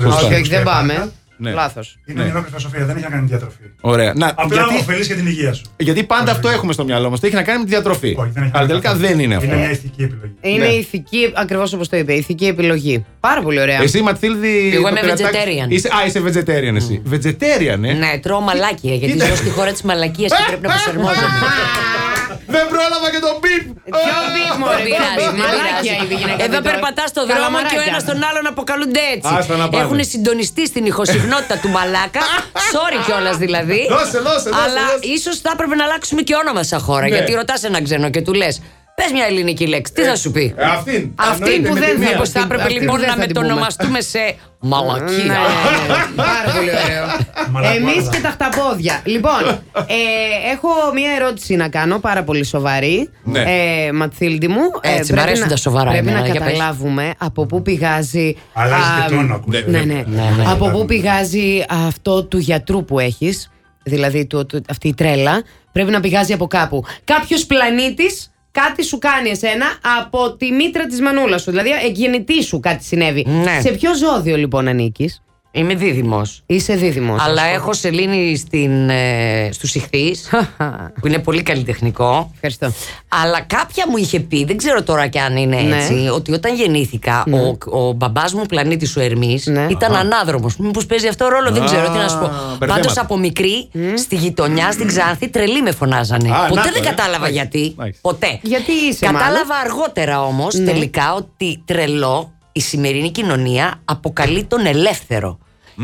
S2: Σωστά.
S1: Όχι, όχι, δεν πάμε.
S2: Ναι.
S1: Λάθος.
S4: Είναι μια ολόκληρη φιλοσοφία, δεν έχει να κάνει με διατροφή.
S2: Ωραία. Να,
S4: Απλά Γιατί... ωφελείς και την υγεία σου.
S2: Γιατί πάντα
S4: Όχι.
S2: αυτό έχουμε στο μυαλό μας. Το έχει να κάνει με τη διατροφή.
S4: Όχι, δεν έχει
S2: Ε, Αλλά
S4: να
S2: τελικά
S4: κάνει.
S2: δεν είναι αυτό.
S4: Είναι μια ηθική επιλογή.
S1: Είναι
S2: Ναι.
S1: ηθική, ακριβώς όπως το είπε, ηθική επιλογή. Πάρα πολύ ωραία.
S2: Εσύ, Ματθίλδη.
S3: Εγώ
S2: το
S3: είμαι
S2: πειρατάκι-
S3: vegetarian.
S2: Είσαι, α, είσαι vegetarian εσύ. Vegetarian, ε.
S3: Ναι, τρώω μαλάκια γιατί
S2: Κοίτα.
S3: ζω στη χώρα της μαλακίας και πρέπει να προσαρμόζομαι.
S2: Δεν πρόλαβα και τον πιπ.
S1: Ποιο μπιπ, μωρέ,
S3: Δεν πειράζει, δεν
S1: μαλάκια
S3: πειράζει.
S1: είδε η γυναίκα.
S3: Εδώ
S1: δεν τρώει.
S3: περπατά στον δρόμο και ο
S1: Καλαμαράκια.
S3: ένας τον άλλον αποκαλούνται έτσι.
S2: Άστα να πάνε.
S3: Έχουν συντονιστεί στην ηχοσυχνότητα του μαλάκα. Sorry κιόλας δηλαδή.
S2: Δώσε, δώσε, δώσε,
S3: Αλλά
S2: δώσε.
S3: ίσως θα έπρεπε να αλλάξουμε και όνομα σαν χώρα.
S2: Ναι.
S3: Γιατί ρωτάς έναν ξένο και του λες. Πες μια ελληνική λέξη, τι θα σου πει.
S2: Ε, αυτήν.
S3: Αυτή
S2: Εννοείται,
S3: που
S2: με
S3: δεν
S2: τη μία.
S3: θα. Μήπως θα
S1: Αυτή-
S3: έπρεπε
S1: αυτή
S3: λοιπόν
S1: που δεν
S3: να
S1: θα την πούμε.
S3: μετονομαστούμε σε
S1: Ναι, ναι,
S3: μαλακία.
S1: ναι. Πάρα πολύ ωραίο.
S4: Μαλακουάδα.
S1: Εμείς και τα χταπόδια. Λοιπόν, ε, έχω μία ερώτηση να κάνω, πάρα πολύ σοβαρή.
S2: Ναι.
S1: Ε, Ματθίλντι μου.
S3: Έτσι, μ'
S1: πρέπει
S3: αρέσουν
S1: να-
S3: τα σοβαρά
S1: Πρέπει
S3: εμένα,
S1: να
S3: για πες.
S1: καταλάβουμε από πού πηγάζει.
S4: Αλλάζει
S1: α,
S4: και τόνο, ακούτε.
S1: Ναι, ναι.
S3: ναι.
S1: Από πού πηγάζει αυτό του γιατρού που έχεις, δηλαδή του- του- αυτή η τρέλα, πρέπει να πηγάζει από κάπου. Κάποιος πλανήτης κάτι σου κάνει εσένα από τη μήτρα της μανούλας σου. Δηλαδή, εκγεννητή σου κάτι συνέβη.
S3: Ναι.
S1: Σε ποιο ζώδιο λοιπόν ανήκεις.
S3: Είμαι δίδυμος.
S1: Είσαι δίδυμος.
S3: Αλλά έχω σελήνη στην, ε, στους ηχθείς, που είναι πολύ καλλιτεχνικό.
S1: Ευχαριστώ.
S2: Ε,
S3: Αλλά κάποια μου είχε πει, δεν ξέρω τώρα κι αν είναι
S1: Ναι.
S3: έτσι, ότι όταν γεννήθηκα,
S2: Ναι.
S3: ο, ο μπαμπάς μου πλανήτης ο Ερμής
S1: Ναι.
S3: ήταν ανάδρομος Μήπως παίζει αυτό ρόλο, δεν
S2: Α,
S3: ξέρω τι να σου πω.
S2: μπερδέματα.
S3: Πάντως από μικρή, στη γειτονιά, στην Ξάνθη, τρελή με φωνάζανε.
S2: Α, να
S3: Ποτέ
S2: το,
S3: δεν
S2: ε.
S3: κατάλαβα
S2: Μάλιστα.
S3: γιατί.
S2: Μάλιστα.
S3: Ποτέ.
S1: Γιατί είσαι,
S3: Κατάλαβα
S1: μάλλον.
S3: αργότερα όμως
S2: Ναι.
S3: τελικά ότι τρελό η σημερινή κοινωνία αποκαλεί τον ελεύθερο.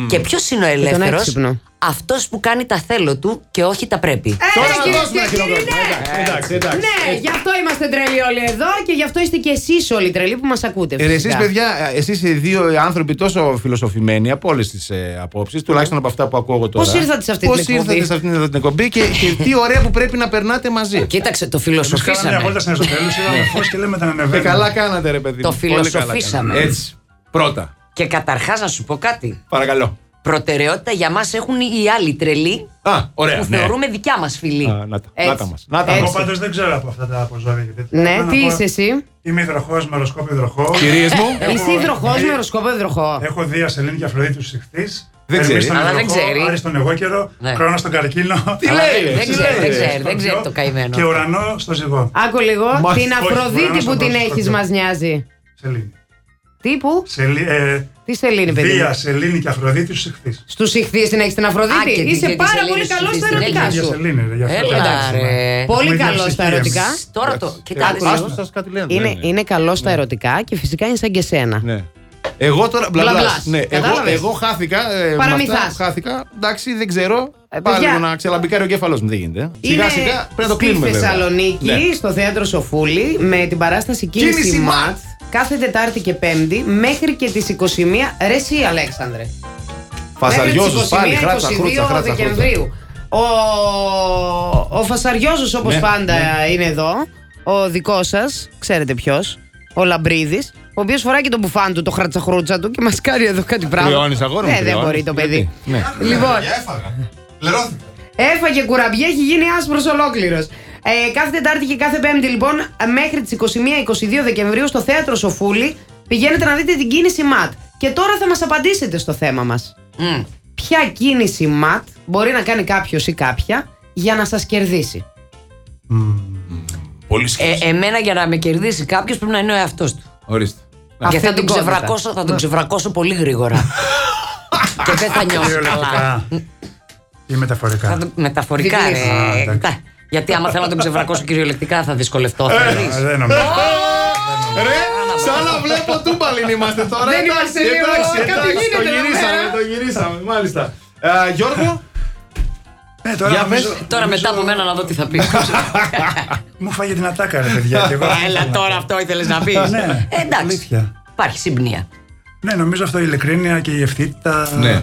S3: Και ποιος είναι ο ελεύθερος,
S1: έξυπνο.
S3: αυτός που κάνει τα θέλω του και όχι τα πρέπει.
S2: Τώρα
S1: Ε,
S3: Ε,
S1: κύριε
S2: δώσουμε ένα
S1: και κύριοι,
S2: χειροκρότημα.
S1: ναι.
S2: Εντάξει, Εντάξει, εντάξει.
S1: Ναι, γι' αυτό είμαστε τρελοί όλοι εδώ και γι' αυτό είστε και εσείς όλοι τρελοί που μας ακούτε.
S2: Ε, ρε,
S1: φυσικά.
S2: Εσείς παιδιά, ε, εσείς οι δύο άνθρωποι τόσο φιλοσοφημένοι από όλες τις ε, απόψεις, τουλάχιστον από αυτά που ακούω τώρα.
S1: Πώς ήρθατε σε αυτή
S2: Πώς
S1: την εκπομπή?
S2: ήρθατε σε αυτή την εκπομπή και, και τι ωραία που πρέπει να περνάτε μαζί.
S3: Κοίταξε, το
S2: Ε,
S4: Εμείς κάναμε μια
S3: φιλοσοφήσαμε.
S4: βόλτα στην Αριστοτέλους, είδαμε φως και λέμε τα
S2: Και
S4: ανεβαίνουμε.
S2: Ε, καλά κάνατε ρε παιδί.
S3: Το
S2: μου. Πολύ καλά
S3: φιλοσοφήσαμε.
S2: κάνατε. Έτσι. Πρώτα.
S3: Και καταρχάς να σου πω κάτι.
S2: Παρακαλώ.
S3: Προτεραιότητα για μας έχουν οι άλλοι τρελοί
S2: Α, ωραία.
S3: που
S2: ναι.
S3: θεωρούμε δικιά μας φίλη.
S2: Α, να τα,
S1: Έτσι.
S2: να τα μας. Να τα
S1: Έτσι.
S4: Εγώ
S2: μας.
S4: πάντως δεν ξέρω από αυτά τα αποζώρια και τέτοια. Θέλω
S1: Ναι,
S4: να
S1: τι
S4: πω,
S1: είσαι εσύ.
S4: Είμαι υδροχός με οροσκόπιο υδροχός.
S2: Κυρίες μου,
S4: Έχω-
S1: Είσαι υδροχός
S2: Ε,
S4: Έχω-
S1: με οροσκόπο υδροχό.
S4: Έχω δύο σελήνη και Αφροδίτη του συχτής.
S2: Δεν
S4: Ερμής
S2: ξέρει.
S4: στον
S3: Αλλά δεν
S4: υδροχό,
S3: ξέρει.
S4: Άρη στον εγώκερο,
S3: Ναι.
S4: Κρόνος στον καρκίνο.
S2: Τι
S3: Αλλά
S2: λέει,
S3: δεν-
S2: τι
S3: Δεν ξέρει,
S2: λέει.
S3: δεν ξέρει, δεν ξέρει το καημένο.
S4: Και ουρανό στο ζυγό.
S1: Άκου λίγο
S2: Μα-
S1: την
S4: όχι, μπορεί να
S1: Αφροδίτη
S4: σε
S1: που την
S4: απαντήσω
S1: έχει
S4: πιο.
S1: μας νοιάζει.
S4: Σελήνη.
S1: Τύπου.
S4: Σελή, ε,
S1: Τι σελήνη, παιδί.
S4: Δία,
S1: μου.
S4: Σελήνη και Αφροδίτη του συχτής.
S1: Στους ηχθείς την έχεις την
S3: Α, και
S1: Αφροδίτη.
S3: τη-
S1: Είσαι
S3: και τη
S1: πάρα
S3: σελήνη
S1: πολύ
S3: σου
S1: καλό
S3: της
S1: στα
S3: την
S1: ερωτικά
S3: έχεις.
S4: Για
S1: σου.
S4: σελήνη, ρε, για αυτό.
S3: Έλα,
S4: Εντάξει,
S3: ρε.
S4: μα.
S1: Πολύ
S4: Έχουμε δύο
S1: καλό στα
S4: ψυχίες.
S1: ερωτικά.
S3: Τώρα το.
S2: Εντάξει.
S3: Κοιτάξτε.
S2: Άστος σας κάτι λένε.
S1: Είναι,
S2: Ναι, ναι.
S1: είναι καλός στα ερωτικά και φυσικά είναι σαν και σένα.
S2: Ναι. Εγώ τώρα. Μπλα,
S1: Μπλα,
S2: μπλας.
S1: μπλας.
S2: Ναι, εγώ,
S1: Κατάλαβες?
S2: εγώ χάθηκα. Ε,
S1: Παραμυθάς.
S2: με αυτά χάθηκα. Εντάξει, δεν ξέρω.
S1: Ε,
S2: Πάλι
S1: παιδιά.
S2: λίγο να ξελαμπικάρει ο κεφαλό μου. Δεν γίνεται. ε. Σιγά σιγά πρέπει να το κλείνουμε.
S1: Στη
S2: βέβαια.
S1: Θεσσαλονίκη,
S2: Ναι.
S1: στο θέατρο Σοφούλη, με την παράσταση Κίνηση,
S2: Κίνηση
S1: Ματ,
S2: Ματ.
S1: κάθε Τετάρτη και Πέμπτη μέχρι και τις 21. Ρε, εσύ, Αλέξανδρε.
S2: Φασαριόζους πάλι, χράτσα,
S1: 22
S2: χρούτσα, χράτσα, χρούτσα.
S1: Δεκεμβρίου. Ο, ο Φασαριόζος όπως
S2: Ναι,
S1: πάντα είναι εδώ Ο δικός σας, ξέρετε ποιος Ο Λαμπρίδης Ο οποίος φοράει και τον μπουφάν του, το χρατσαχρούτσα του Και μας κάνει εδώ κάτι πράγμα
S2: Κρυώνεις, αγόρι μου,
S1: Ναι, δεν
S2: κρυώνεις.
S1: μπορεί το παιδί
S2: Γιατί? Ναι.
S1: Λοιπόν,
S8: Έφαγα. Πληρώθηκα.
S1: Έφαγε κουραμπιέ, έχει γίνει άσπρος ολόκληρος. Ε, κάθε Τετάρτη και κάθε Πέμπτη, λοιπόν, μέχρι τις 21-22 Δεκεμβρίου στο θέατρο Σοφούλη, πηγαίνετε να δείτε την κίνηση ΜΑΤ. Και τώρα θα μας απαντήσετε στο θέμα μας.
S3: Μμ.
S1: Ποια κίνηση ΜΑΤ μπορεί να κάνει κάποιος ή κάποια για να σας κερδίσει.
S2: Πολύ σκέψη.
S3: Ε, εμένα για να με κερδίσει κάποιος πρέπει να είναι ο εαυτός του.
S2: Ορίστε.
S3: Και θα τον,
S1: Αυθεντικότητα.
S3: ξεβρακώσω, θα τον ξεβρακώσω πολύ γρήγορα. και δεν θα νιώσω καλά.
S4: Κυριολεκτικά. Ή μεταφορικά.
S3: Θα τον- μεταφορικά,
S1: Τι
S3: ρε.
S1: λες.
S4: Α, εντάξει.
S3: Τα- Γιατί άμα θέλω να τον ξεβρακώσω κυριολεκτικά θα δυσκολευτώ. θα
S4: Ε,
S3: δεις.
S4: Δεν νομίζω.
S2: Ρε, σαν να βλέπω τούμπαλιν είμαστε τώρα.
S1: Δεν
S2: Εντάξει,
S1: είμαστε λίγο,
S2: εντάξει,
S1: κάτι
S2: εντάξει,
S1: γίνεται
S2: Το
S1: εδώ
S2: γυρίσαμε,
S1: πέρα.
S2: το γυρίσαμε, μάλιστα. Ε, Γιώργο,
S4: Ε, τώρα
S2: Για
S4: νομίζω-
S2: πες.
S3: Τώρα μετά από μένα να δω τι θα πει.
S4: Μου φάγε την ατάκα, ρε παιδιά. και εγώ δεν
S3: Έλα
S4: ήθελα.
S3: τώρα αυτό ήθελες να πεις.
S4: Ναι,
S3: Εντάξει.
S4: αλήθεια.
S3: Υπάρχει συμπνία.
S4: Ναι, νομίζω αυτό η ειλικρίνεια και η ευθύτητα
S2: Ναι.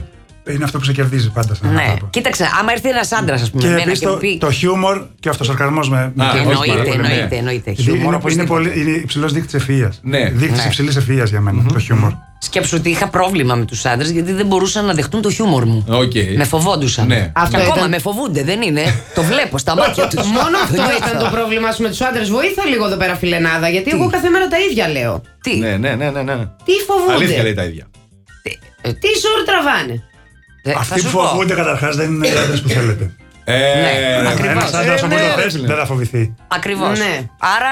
S4: είναι αυτό που σε κερδίζει πάντα σαν
S3: Ναι.
S4: άνθρωπο.
S3: Κοίταξε, άμα έρθει ένας άντρας, ας πούμε,
S4: Και
S3: εμένα
S4: επίσης
S3: και μου
S4: το,
S3: πει.
S4: το χιούμορ και ο αυτοσαρκασμός με, με
S2: Α,
S4: κερδίζει
S2: όχι,
S3: Εννοείται,
S4: πάρα πολύ.
S2: ναι.
S3: εννοείται, εννοείται.
S4: Είναι,
S3: Χιούμορ
S4: είναι, είναι,
S3: οπωσδήποτε.
S4: πολύ, είναι υψηλός δείκτης ευφυία.
S2: Ναι.
S4: Δείκτης
S3: Ναι.
S4: υψηλής ευφυία για μενα το χιούμορ.
S3: Σκέψου ότι είχα πρόβλημα με τους άντρες γιατί δεν μπορούσαν να δεχτούν το χιούμορ μου.
S2: Οκ.
S3: Με φοβόντουσαν.
S2: Ναι.
S1: Αυτό
S3: Και ακόμα
S1: ήταν-
S3: με φοβούνται, δεν είναι. το βλέπω στα μάτια τους.
S1: Μόνο αυτό ήταν το πρόβλημά σου με τους άντρες. Βοήθα λίγο εδώ πέρα, φιλενάδα, γιατί εγώ κάθε μέρα τα ίδια λέω.
S3: Τι.
S2: ναι, ναι, ναι, ναι, ναι.
S1: Τι
S2: Αλήθεια λέει
S1: φοβούνται.
S2: τα ίδια.
S3: τι- ε,
S1: Τι σούρ τραβάνε.
S3: ε, θα
S4: Αυτοί που
S3: σου πω.
S4: φοβούνται καταρχάς δεν είναι οι άντρες που θέλετε.
S3: Ναι,
S2: Ε, ρε,
S4: Ένας άντρας
S2: Ε,
S4: από
S2: ναι,
S4: το
S2: ρε,
S4: θες,
S2: φίλε.
S4: δεν θα φοβηθεί.
S3: Ακριβώ.
S1: Ναι.
S3: Άρα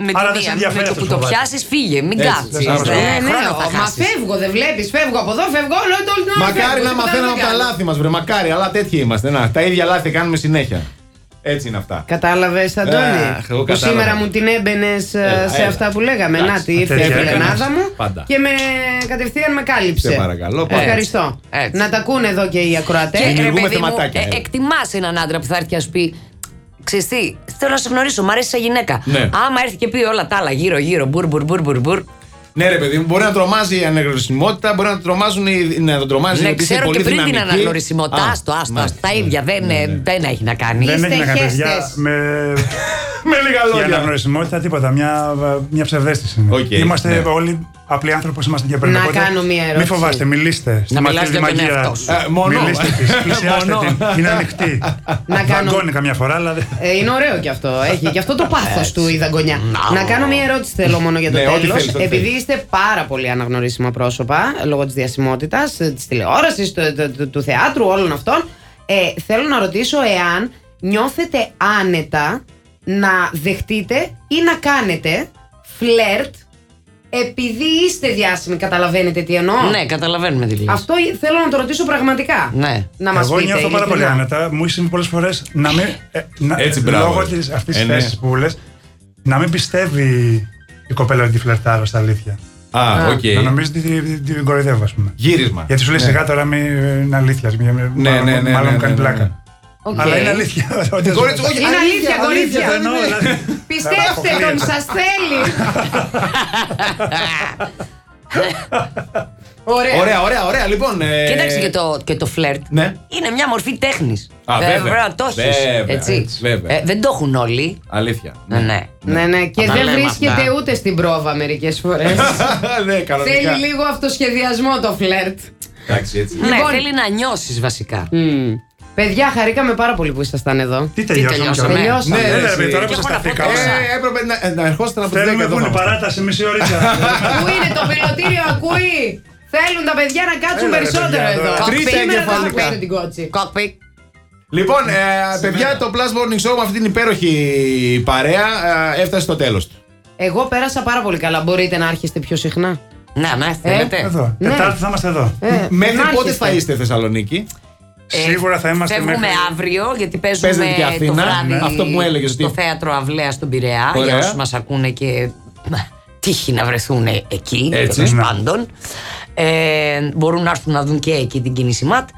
S3: με
S4: Άρα
S3: τη
S4: δεν σε
S3: μία, με
S4: ενδιαφέρει
S3: το που
S4: αυτός
S3: το
S4: ο βάρος.
S3: πιάσεις, φύγε. Μην
S2: Έτσι,
S3: κάτσει.
S2: δεν σε
S1: Ναι, ναι,
S3: Χρόνο θα
S1: μα
S3: χάσεις.
S1: φεύγω, δεν βλέπεις. Φεύγω από εδώ, φεύγω όλο το όλη την ώρα
S2: Μακάρι
S1: φεύγω,
S2: να
S1: τίποτα
S2: μαθαίναμε
S1: δεν
S2: από τα
S1: κάνω.
S2: λάθη μας, βρε. Μακάρι, αλλά τέτοιοι είμαστε. Να, τα ίδια λάθη κάνουμε συνέχεια. Έτσι είναι αυτά.
S1: Κατάλαβες,
S2: Αχ, Ε, εγώ
S1: Αντώνη. Που
S2: κατάλαβα.
S1: σήμερα μου την έμπαινες
S2: Έλα,
S1: σε
S2: έλα.
S1: αυτά που λέγαμε.
S2: Εντάξει,
S1: Να τη ήρθε η
S4: τέτοια
S1: φιλενάδα
S2: έκανες.
S1: μου
S2: Πάντα.
S1: και με κατευθείαν με κάλυψε.
S2: Σε παρακαλώ,
S1: Ε,
S2: πάμε.
S1: Ευχαριστώ.
S3: Έτσι.
S1: Να τα ακούνε εδώ και οι ακροατές.
S3: Και ρε
S2: Δημιουργούμε
S3: παιδί μου,
S2: θεματάκια, ε.
S3: εκτιμάς έναν άντρα που θα έρθει και να σου πει Ξέρεις τι, θέλω να σε γνωρίσω, μ' αρέσει σαν γυναίκα.
S2: Ναι.
S3: Άμα έρθει και πει όλα τα άλλα γύρω-γύρω, μπουρ, μπουρ, μπουρ, μπουρ, μπουρ.
S2: Ναι, ρε παιδί μου, μπορεί να τρομάζει η αναγνωρισιμότητα, μπορεί να, τρομάζουν, οι- να τον τρομάζει
S3: Ναι,
S2: επειδή είναι
S3: ξέρω και
S2: πολύ
S3: πριν την
S2: δυναμική.
S3: αναγνωρισιμότητα.
S2: Α,
S3: Άστο, άστο,
S2: μάλιστα. Ναι,
S3: άστο, τα ίδια δεν, ε, δεν έχει να κάνει.
S4: Δεν έχει να κάνει παιδιά.
S1: χέστες.
S4: Με
S2: Με λίγα
S4: Η
S2: λόγια.
S4: αναγνωρισιμότητα, τίποτα. Μια, μια ψευδέστηση είναι.
S2: Οκ,
S4: είμαστε
S2: ναι.
S4: όλοι απλοί άνθρωποι όπως ήμασταν και πριν.
S1: Να
S4: Οπότε
S1: κάνω μια
S4: Μην
S1: ερώτηση.
S4: φοβάστε, μιλήστε. Στη
S3: μιλάς
S4: μαθητή
S3: για τον
S4: μαγεία.
S3: εαυτό σου.
S2: Ε, μόνο.
S4: Μιλήστε της, πλησιάστε
S2: Μόνο.
S4: την. Είναι ανοιχτή.
S1: Να κάνω-
S4: Δαγκώνει καμιά φορά, αλλά δεν.
S1: Ε, είναι ωραίο κι αυτό. Έχει και αυτό το πάθο του η δαγκονιά. Να κάνω μία ερώτηση θέλω μόνο για το
S2: Ναι, ό,τι
S1: τέλος.
S2: θέλεις, ό,τι
S1: Επειδή
S2: θέλεις.
S1: είστε πάρα πολύ αναγνωρίσιμα πρόσωπα λόγω ε, της διασημότητας, της τηλεόρασης, του θεάτρου, όλων αυτών, ε, θέλω να ρωτήσω εάν νιώθετε άνετα να δεχτείτε ή να κάνετε φλερτ επειδή είστε διάσημοι. Καταλαβαίνετε τι εννοώ.
S3: Ναι, καταλαβαίνουμε τι λες.
S1: Αυτό θέλω να το ρωτήσω πραγματικά.
S3: Ναι.
S1: Να μας
S4: Εγώ
S1: πείτε,
S4: νιώθω πάρα πολύ
S1: ειλικρινά.
S4: άνετα. Μου έχει συμβεί πολλές φορές να μην. ε, να-
S2: Έτσι, μπράβο.
S4: λόγω της αυτής τη
S2: Ε, ναι.
S4: θέσης που λες, να μην πιστεύει η κοπέλα ότι τη φλερτάρω στα αλήθεια.
S2: Α, οκ.
S4: Να νομίζεις ότι τη- τη- την κοροϊδεύω, ας πούμε.
S2: Γύρισμα.
S4: Γιατί σου λέει σιγά τώρα μη- είναι αλήθεια. μη- μάλλον-
S2: ναι, ναι,
S4: Μάλλον
S2: ναι,
S4: μου κάνει
S2: ναι, ναι.
S4: πλάκα.
S1: Οκ.
S4: Αλλά είναι αλήθεια. Ότι-
S2: Κορίτσι, όχι,
S1: Είναι αλήθεια,
S4: αλήθεια,
S1: κορίτσια.
S4: το εννοώ, δηλαδή.
S1: Πιστέψτε
S4: Αποκλείεται.
S1: τον, σας θέλει. Ωραία.
S2: Ωραία, ωραία, ωραία. Λοιπόν. ε,
S3: Κοίταξε και το, και το φλερτ.
S2: Ναι.
S3: Είναι μια μορφή τέχνης.
S2: Α, βέβαια.
S3: το έχεις.
S2: Βέβαια,
S3: Έτσι.
S2: έτσι, βέβαια.
S3: Ε, δεν το έχουν όλοι.
S2: Αλήθεια.
S3: Ναι, ναι.
S1: Ναι, ναι, και
S3: τα
S1: δεν
S3: λέμε
S1: βρίσκεται
S3: αυτά.
S1: ούτε στην πρόβα μερικές φορές.
S2: ναι, κανονικά.
S1: Θέλει λίγο αυτοσχεδιασμό το φλερτ.
S2: Εντάξει, έτσι.
S3: Ναι,
S1: Λοιπόν.
S3: θέλει να νιώσεις βασικά.
S1: Μμμ. Παιδιά, χαρήκαμε πάρα πολύ που ήσασταν εδώ.
S4: Τι τελειώσαμε
S3: τελειώσαμε.
S4: κιόλας.
S1: Τελειώσαμε.
S2: Ναι,
S4: Ναι,
S2: ρε,
S4: ρε, παιδί, τώρα
S2: και
S4: που σας
S3: έχω να πω
S4: σταθήκαμε.
S3: τόσα.
S2: Ε, έπρεπε να, να ερχόσασταν από τη
S4: Θέλουμε που είναι παράταση, μισή ωρίτσα.
S1: Πού είναι το πελωτήριο, ακούει! Θέλουν τα παιδιά να κάτσουν
S4: Έλα, ρε,
S1: περισσότερο
S4: παιδιά,
S1: εδώ.
S4: τώρα.
S2: Τρίτα
S1: Σήμερα θα σας
S2: εγκεφαλικά.
S1: ακούσετε την κότσι.
S3: Κόκπι.
S2: Λοιπόν, ε, παιδιά, το Plus Morning Show με αυτή την υπέροχη παρέα ε, έφτασε στο τέλος του.
S1: Εγώ πέρασα πάρα πολύ καλά. Μπορείτε να άρχιστε πιο συχνά.
S3: Να, ναι, θέλετε.
S4: Εδώ.
S1: Ναι.
S4: Τετάρτη θα είμαστε εδώ.
S1: Ε,
S2: Μέχρι
S1: να
S2: πότε
S1: άρχιστε.
S2: θα είστε Θεσσαλονίκη,
S3: Ε,
S4: Σίγουρα θα είμαστε
S3: Φεύγουμε
S4: μέχρι-
S3: αύριο γιατί παίζουμε
S2: Παίζετε και
S3: το
S2: Αθήνα,
S3: βράδυ.
S2: ναι. Αυτό που μου έλεγες
S3: Στο
S2: ότι-
S3: θέατρο Αυλαία στον Πειραιά.
S2: Ωραία.
S3: Για όσους μας ακούνε και μα, τύχει να βρεθούν εκεί.
S2: Έτσι.
S3: τέλος
S4: Ναι.
S3: πάντων. Ε, μπορούν να έρθουν να δουν και εκεί την κίνηση ΜΑΤ.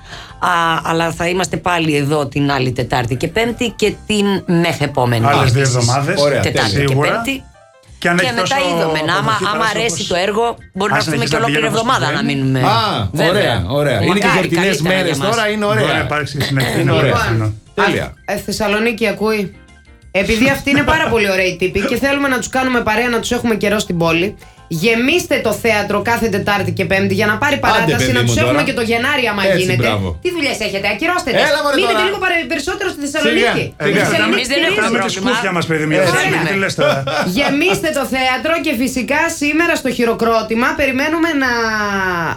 S3: Α, αλλά θα είμαστε πάλι εδώ την άλλη Τετάρτη και Πέμπτη και την μεθεπόμενη.
S4: Άλλες
S3: επίσης.
S4: δύο εβδομάδες.
S2: Ωραία,
S3: Τετάρτη και
S4: Σίγουρα.
S3: Πέμπτη.
S4: Και, αν
S3: Και
S4: έχει
S3: μετά
S4: τόσο
S3: είδομεν. Άμα,
S4: αποδοχή
S3: άμα
S4: παράσταση,
S3: αρέσει
S4: όπως-
S3: το έργο, μπορεί να
S4: Ας
S3: έρθουμε
S4: συνεχίσει
S3: και
S4: να
S3: ολόκληρη
S4: πηγαίνουμε όπως
S3: εβδομάδα να
S4: πηγαίνουμε.
S3: μείνουμε.
S2: Α,
S3: Ναι. Βέβαια.
S2: ωραία, ωραία. Είναι και
S3: Μακάρι,
S2: γιορτινές
S3: καλύτερα
S2: μέρε
S3: για μας.
S2: τώρα, είναι
S4: Μπορεί να
S2: ωραία.
S4: υπάρξει
S3: Λοιπόν.
S4: συνέχεια.
S2: Είναι
S4: ναι, Είναι
S2: ωραία.
S4: πιθανό.
S2: Τέλεια.
S1: Α, ε, Θεσσαλονίκη ακούει. Επειδή αυτοί είναι πάρα πολύ ωραίοι τύποι και θέλουμε να τους κάνουμε παρέα, να τους έχουμε καιρό στην πόλη. Γεμίστε το θέατρο κάθε Τετάρτη και Πέμπτη για να πάρει παράταση,
S2: παιδί
S1: να
S2: μου
S1: του
S2: τώρα.
S1: έχουμε και το Γενάρη, άμα
S2: Έτσι,
S1: γίνεται.
S2: μπράβο.
S1: Τι δουλειές έχετε, ακυρώστε.
S2: Έλα, μωρέ,
S1: Μείνετε
S2: τώρα.
S1: λίγο παρε- περισσότερο στη Θεσσαλονίκη.
S2: Σιγά, Ε, ναι. σιγά.
S4: Ε, ναι,
S1: Η Θεσσαλονίκη
S3: Εμείς δεν έχουμε
S1: στηρίζει.
S4: Κάμε τη
S3: πρόβλημα.
S4: σκούφια μας, παιδί μου.
S2: Ε,
S3: ναι.
S4: Τι λες τώρα.
S1: Γεμίστε το θέατρο και φυσικά σήμερα στο χειροκρότημα περιμένουμε να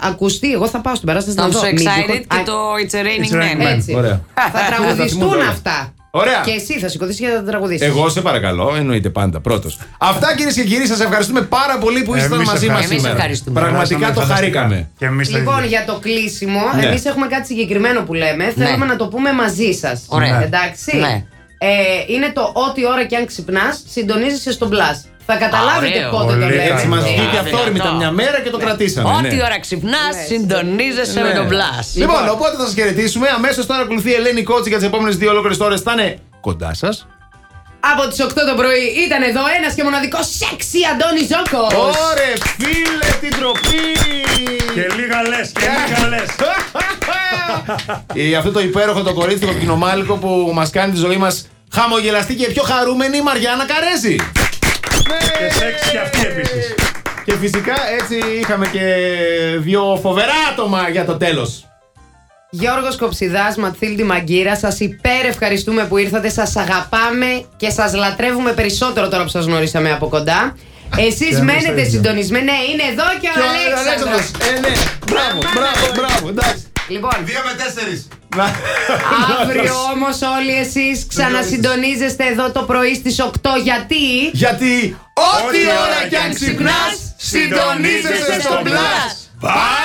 S1: ακουστεί. Εγώ θα πάω στην παράσταση να
S3: I'm
S1: δω.
S3: so excited
S1: Musical-
S3: και
S1: Α,
S3: το It's a
S4: It's a
S3: Raining
S4: Raining
S3: Man.
S4: Man.
S1: Έτσι.
S2: Ναι, Ωραία.
S1: Θα τραγουδιστούν αυτά.
S2: Ωραία.
S1: Και εσύ θα σηκωθείς και θα τα τραγουδήσεις.
S2: Εγώ σε παρακαλώ, εννοείται πάντα πρώτος. Αυτά κυρίες και κύριοι, σας ευχαριστούμε πάρα πολύ που ήσασταν
S4: Εμείς
S2: μαζί μας
S4: ευχαριστούμε.
S2: σήμερα.
S3: Εμείς ευχαριστούμε.
S2: Πραγματικά το
S4: Φανταστικά.
S2: χαρήκαμε.
S4: Και εμείς τα
S1: Λοιπόν,
S4: ίδια.
S1: για το κλείσιμο,
S2: Ναι.
S1: εμείς έχουμε κάτι συγκεκριμένο που λέμε. Θέλουμε να το πούμε μαζί σας.
S3: Ωραία.
S1: Εντάξει.
S3: Ναι.
S1: Ε, είναι το ό,τι ώρα και αν ξυπνάς, συντονίζεσαι στον πλάσ. Θα καταλάβετε
S3: Ωραίο.
S1: πότε το
S4: Πολύ
S1: λέμε.
S2: Έτσι
S4: Εντάξει,
S2: μα
S4: ναι.
S2: βγήκε αυθόρμητα
S3: Ναι.
S2: μια μέρα και το κρατήσαμε. ναι.
S3: Ό,τι ώρα ξυπνάς, συντονίζεσαι με
S2: Ναι.
S3: τον Blast.
S2: Λοιπόν, οπότε θα σας χαιρετήσουμε. Αμέσως τώρα ακολουθεί η Ελένη Κότση για τις επόμενες δύο ολόκληρες ώρες. Θα είναι κοντά σας.
S1: Από τις 8 το πρωί ήταν εδώ ένας και μοναδικός σεξι Αντώνη Ζόκο.
S2: Ωρε φίλε την τροπή!
S4: Και λίγα λες, και λίγα λες.
S2: Ε, αυτό το υπέροχο το κορίτσι, το κοινομάλικο που μας κάνει τη ζωή μας χαμογελαστή και πιο χαρούμενη η Μαριάννα Καρέζη.
S4: Και σεξ και αυτή επίσης.
S2: Και φυσικά έτσι είχαμε και δύο φοβερά άτομα για το τέλος.
S1: Γιώργος Κοψιδάς, Ματθίλντη Μαγκύρα, σας υπερευχαριστούμε που ήρθατε, σας αγαπάμε και σας λατρεύουμε περισσότερο τώρα που σας γνωρίσαμε από κοντά. Εσείς
S4: Και εμείς το
S1: μένετε
S4: ίδιο.
S1: συντονισμένοι, ναι, είναι εδώ και ο Αλέξανδρος.
S2: Ε, ναι, μπράβο, μπράβο, μπράβο, εντάξει.
S1: Λοιπόν,
S8: Δύο με τέσσερις.
S2: Να-
S1: αύριο όμως όλοι εσείς ξανασυντονίζεστε εδώ το πρωί στις 8 γιατί...
S2: Γιατί ό,τι ώρα κι αν ξυπνάς, συντονίζεσαι στο μπλας. Bye!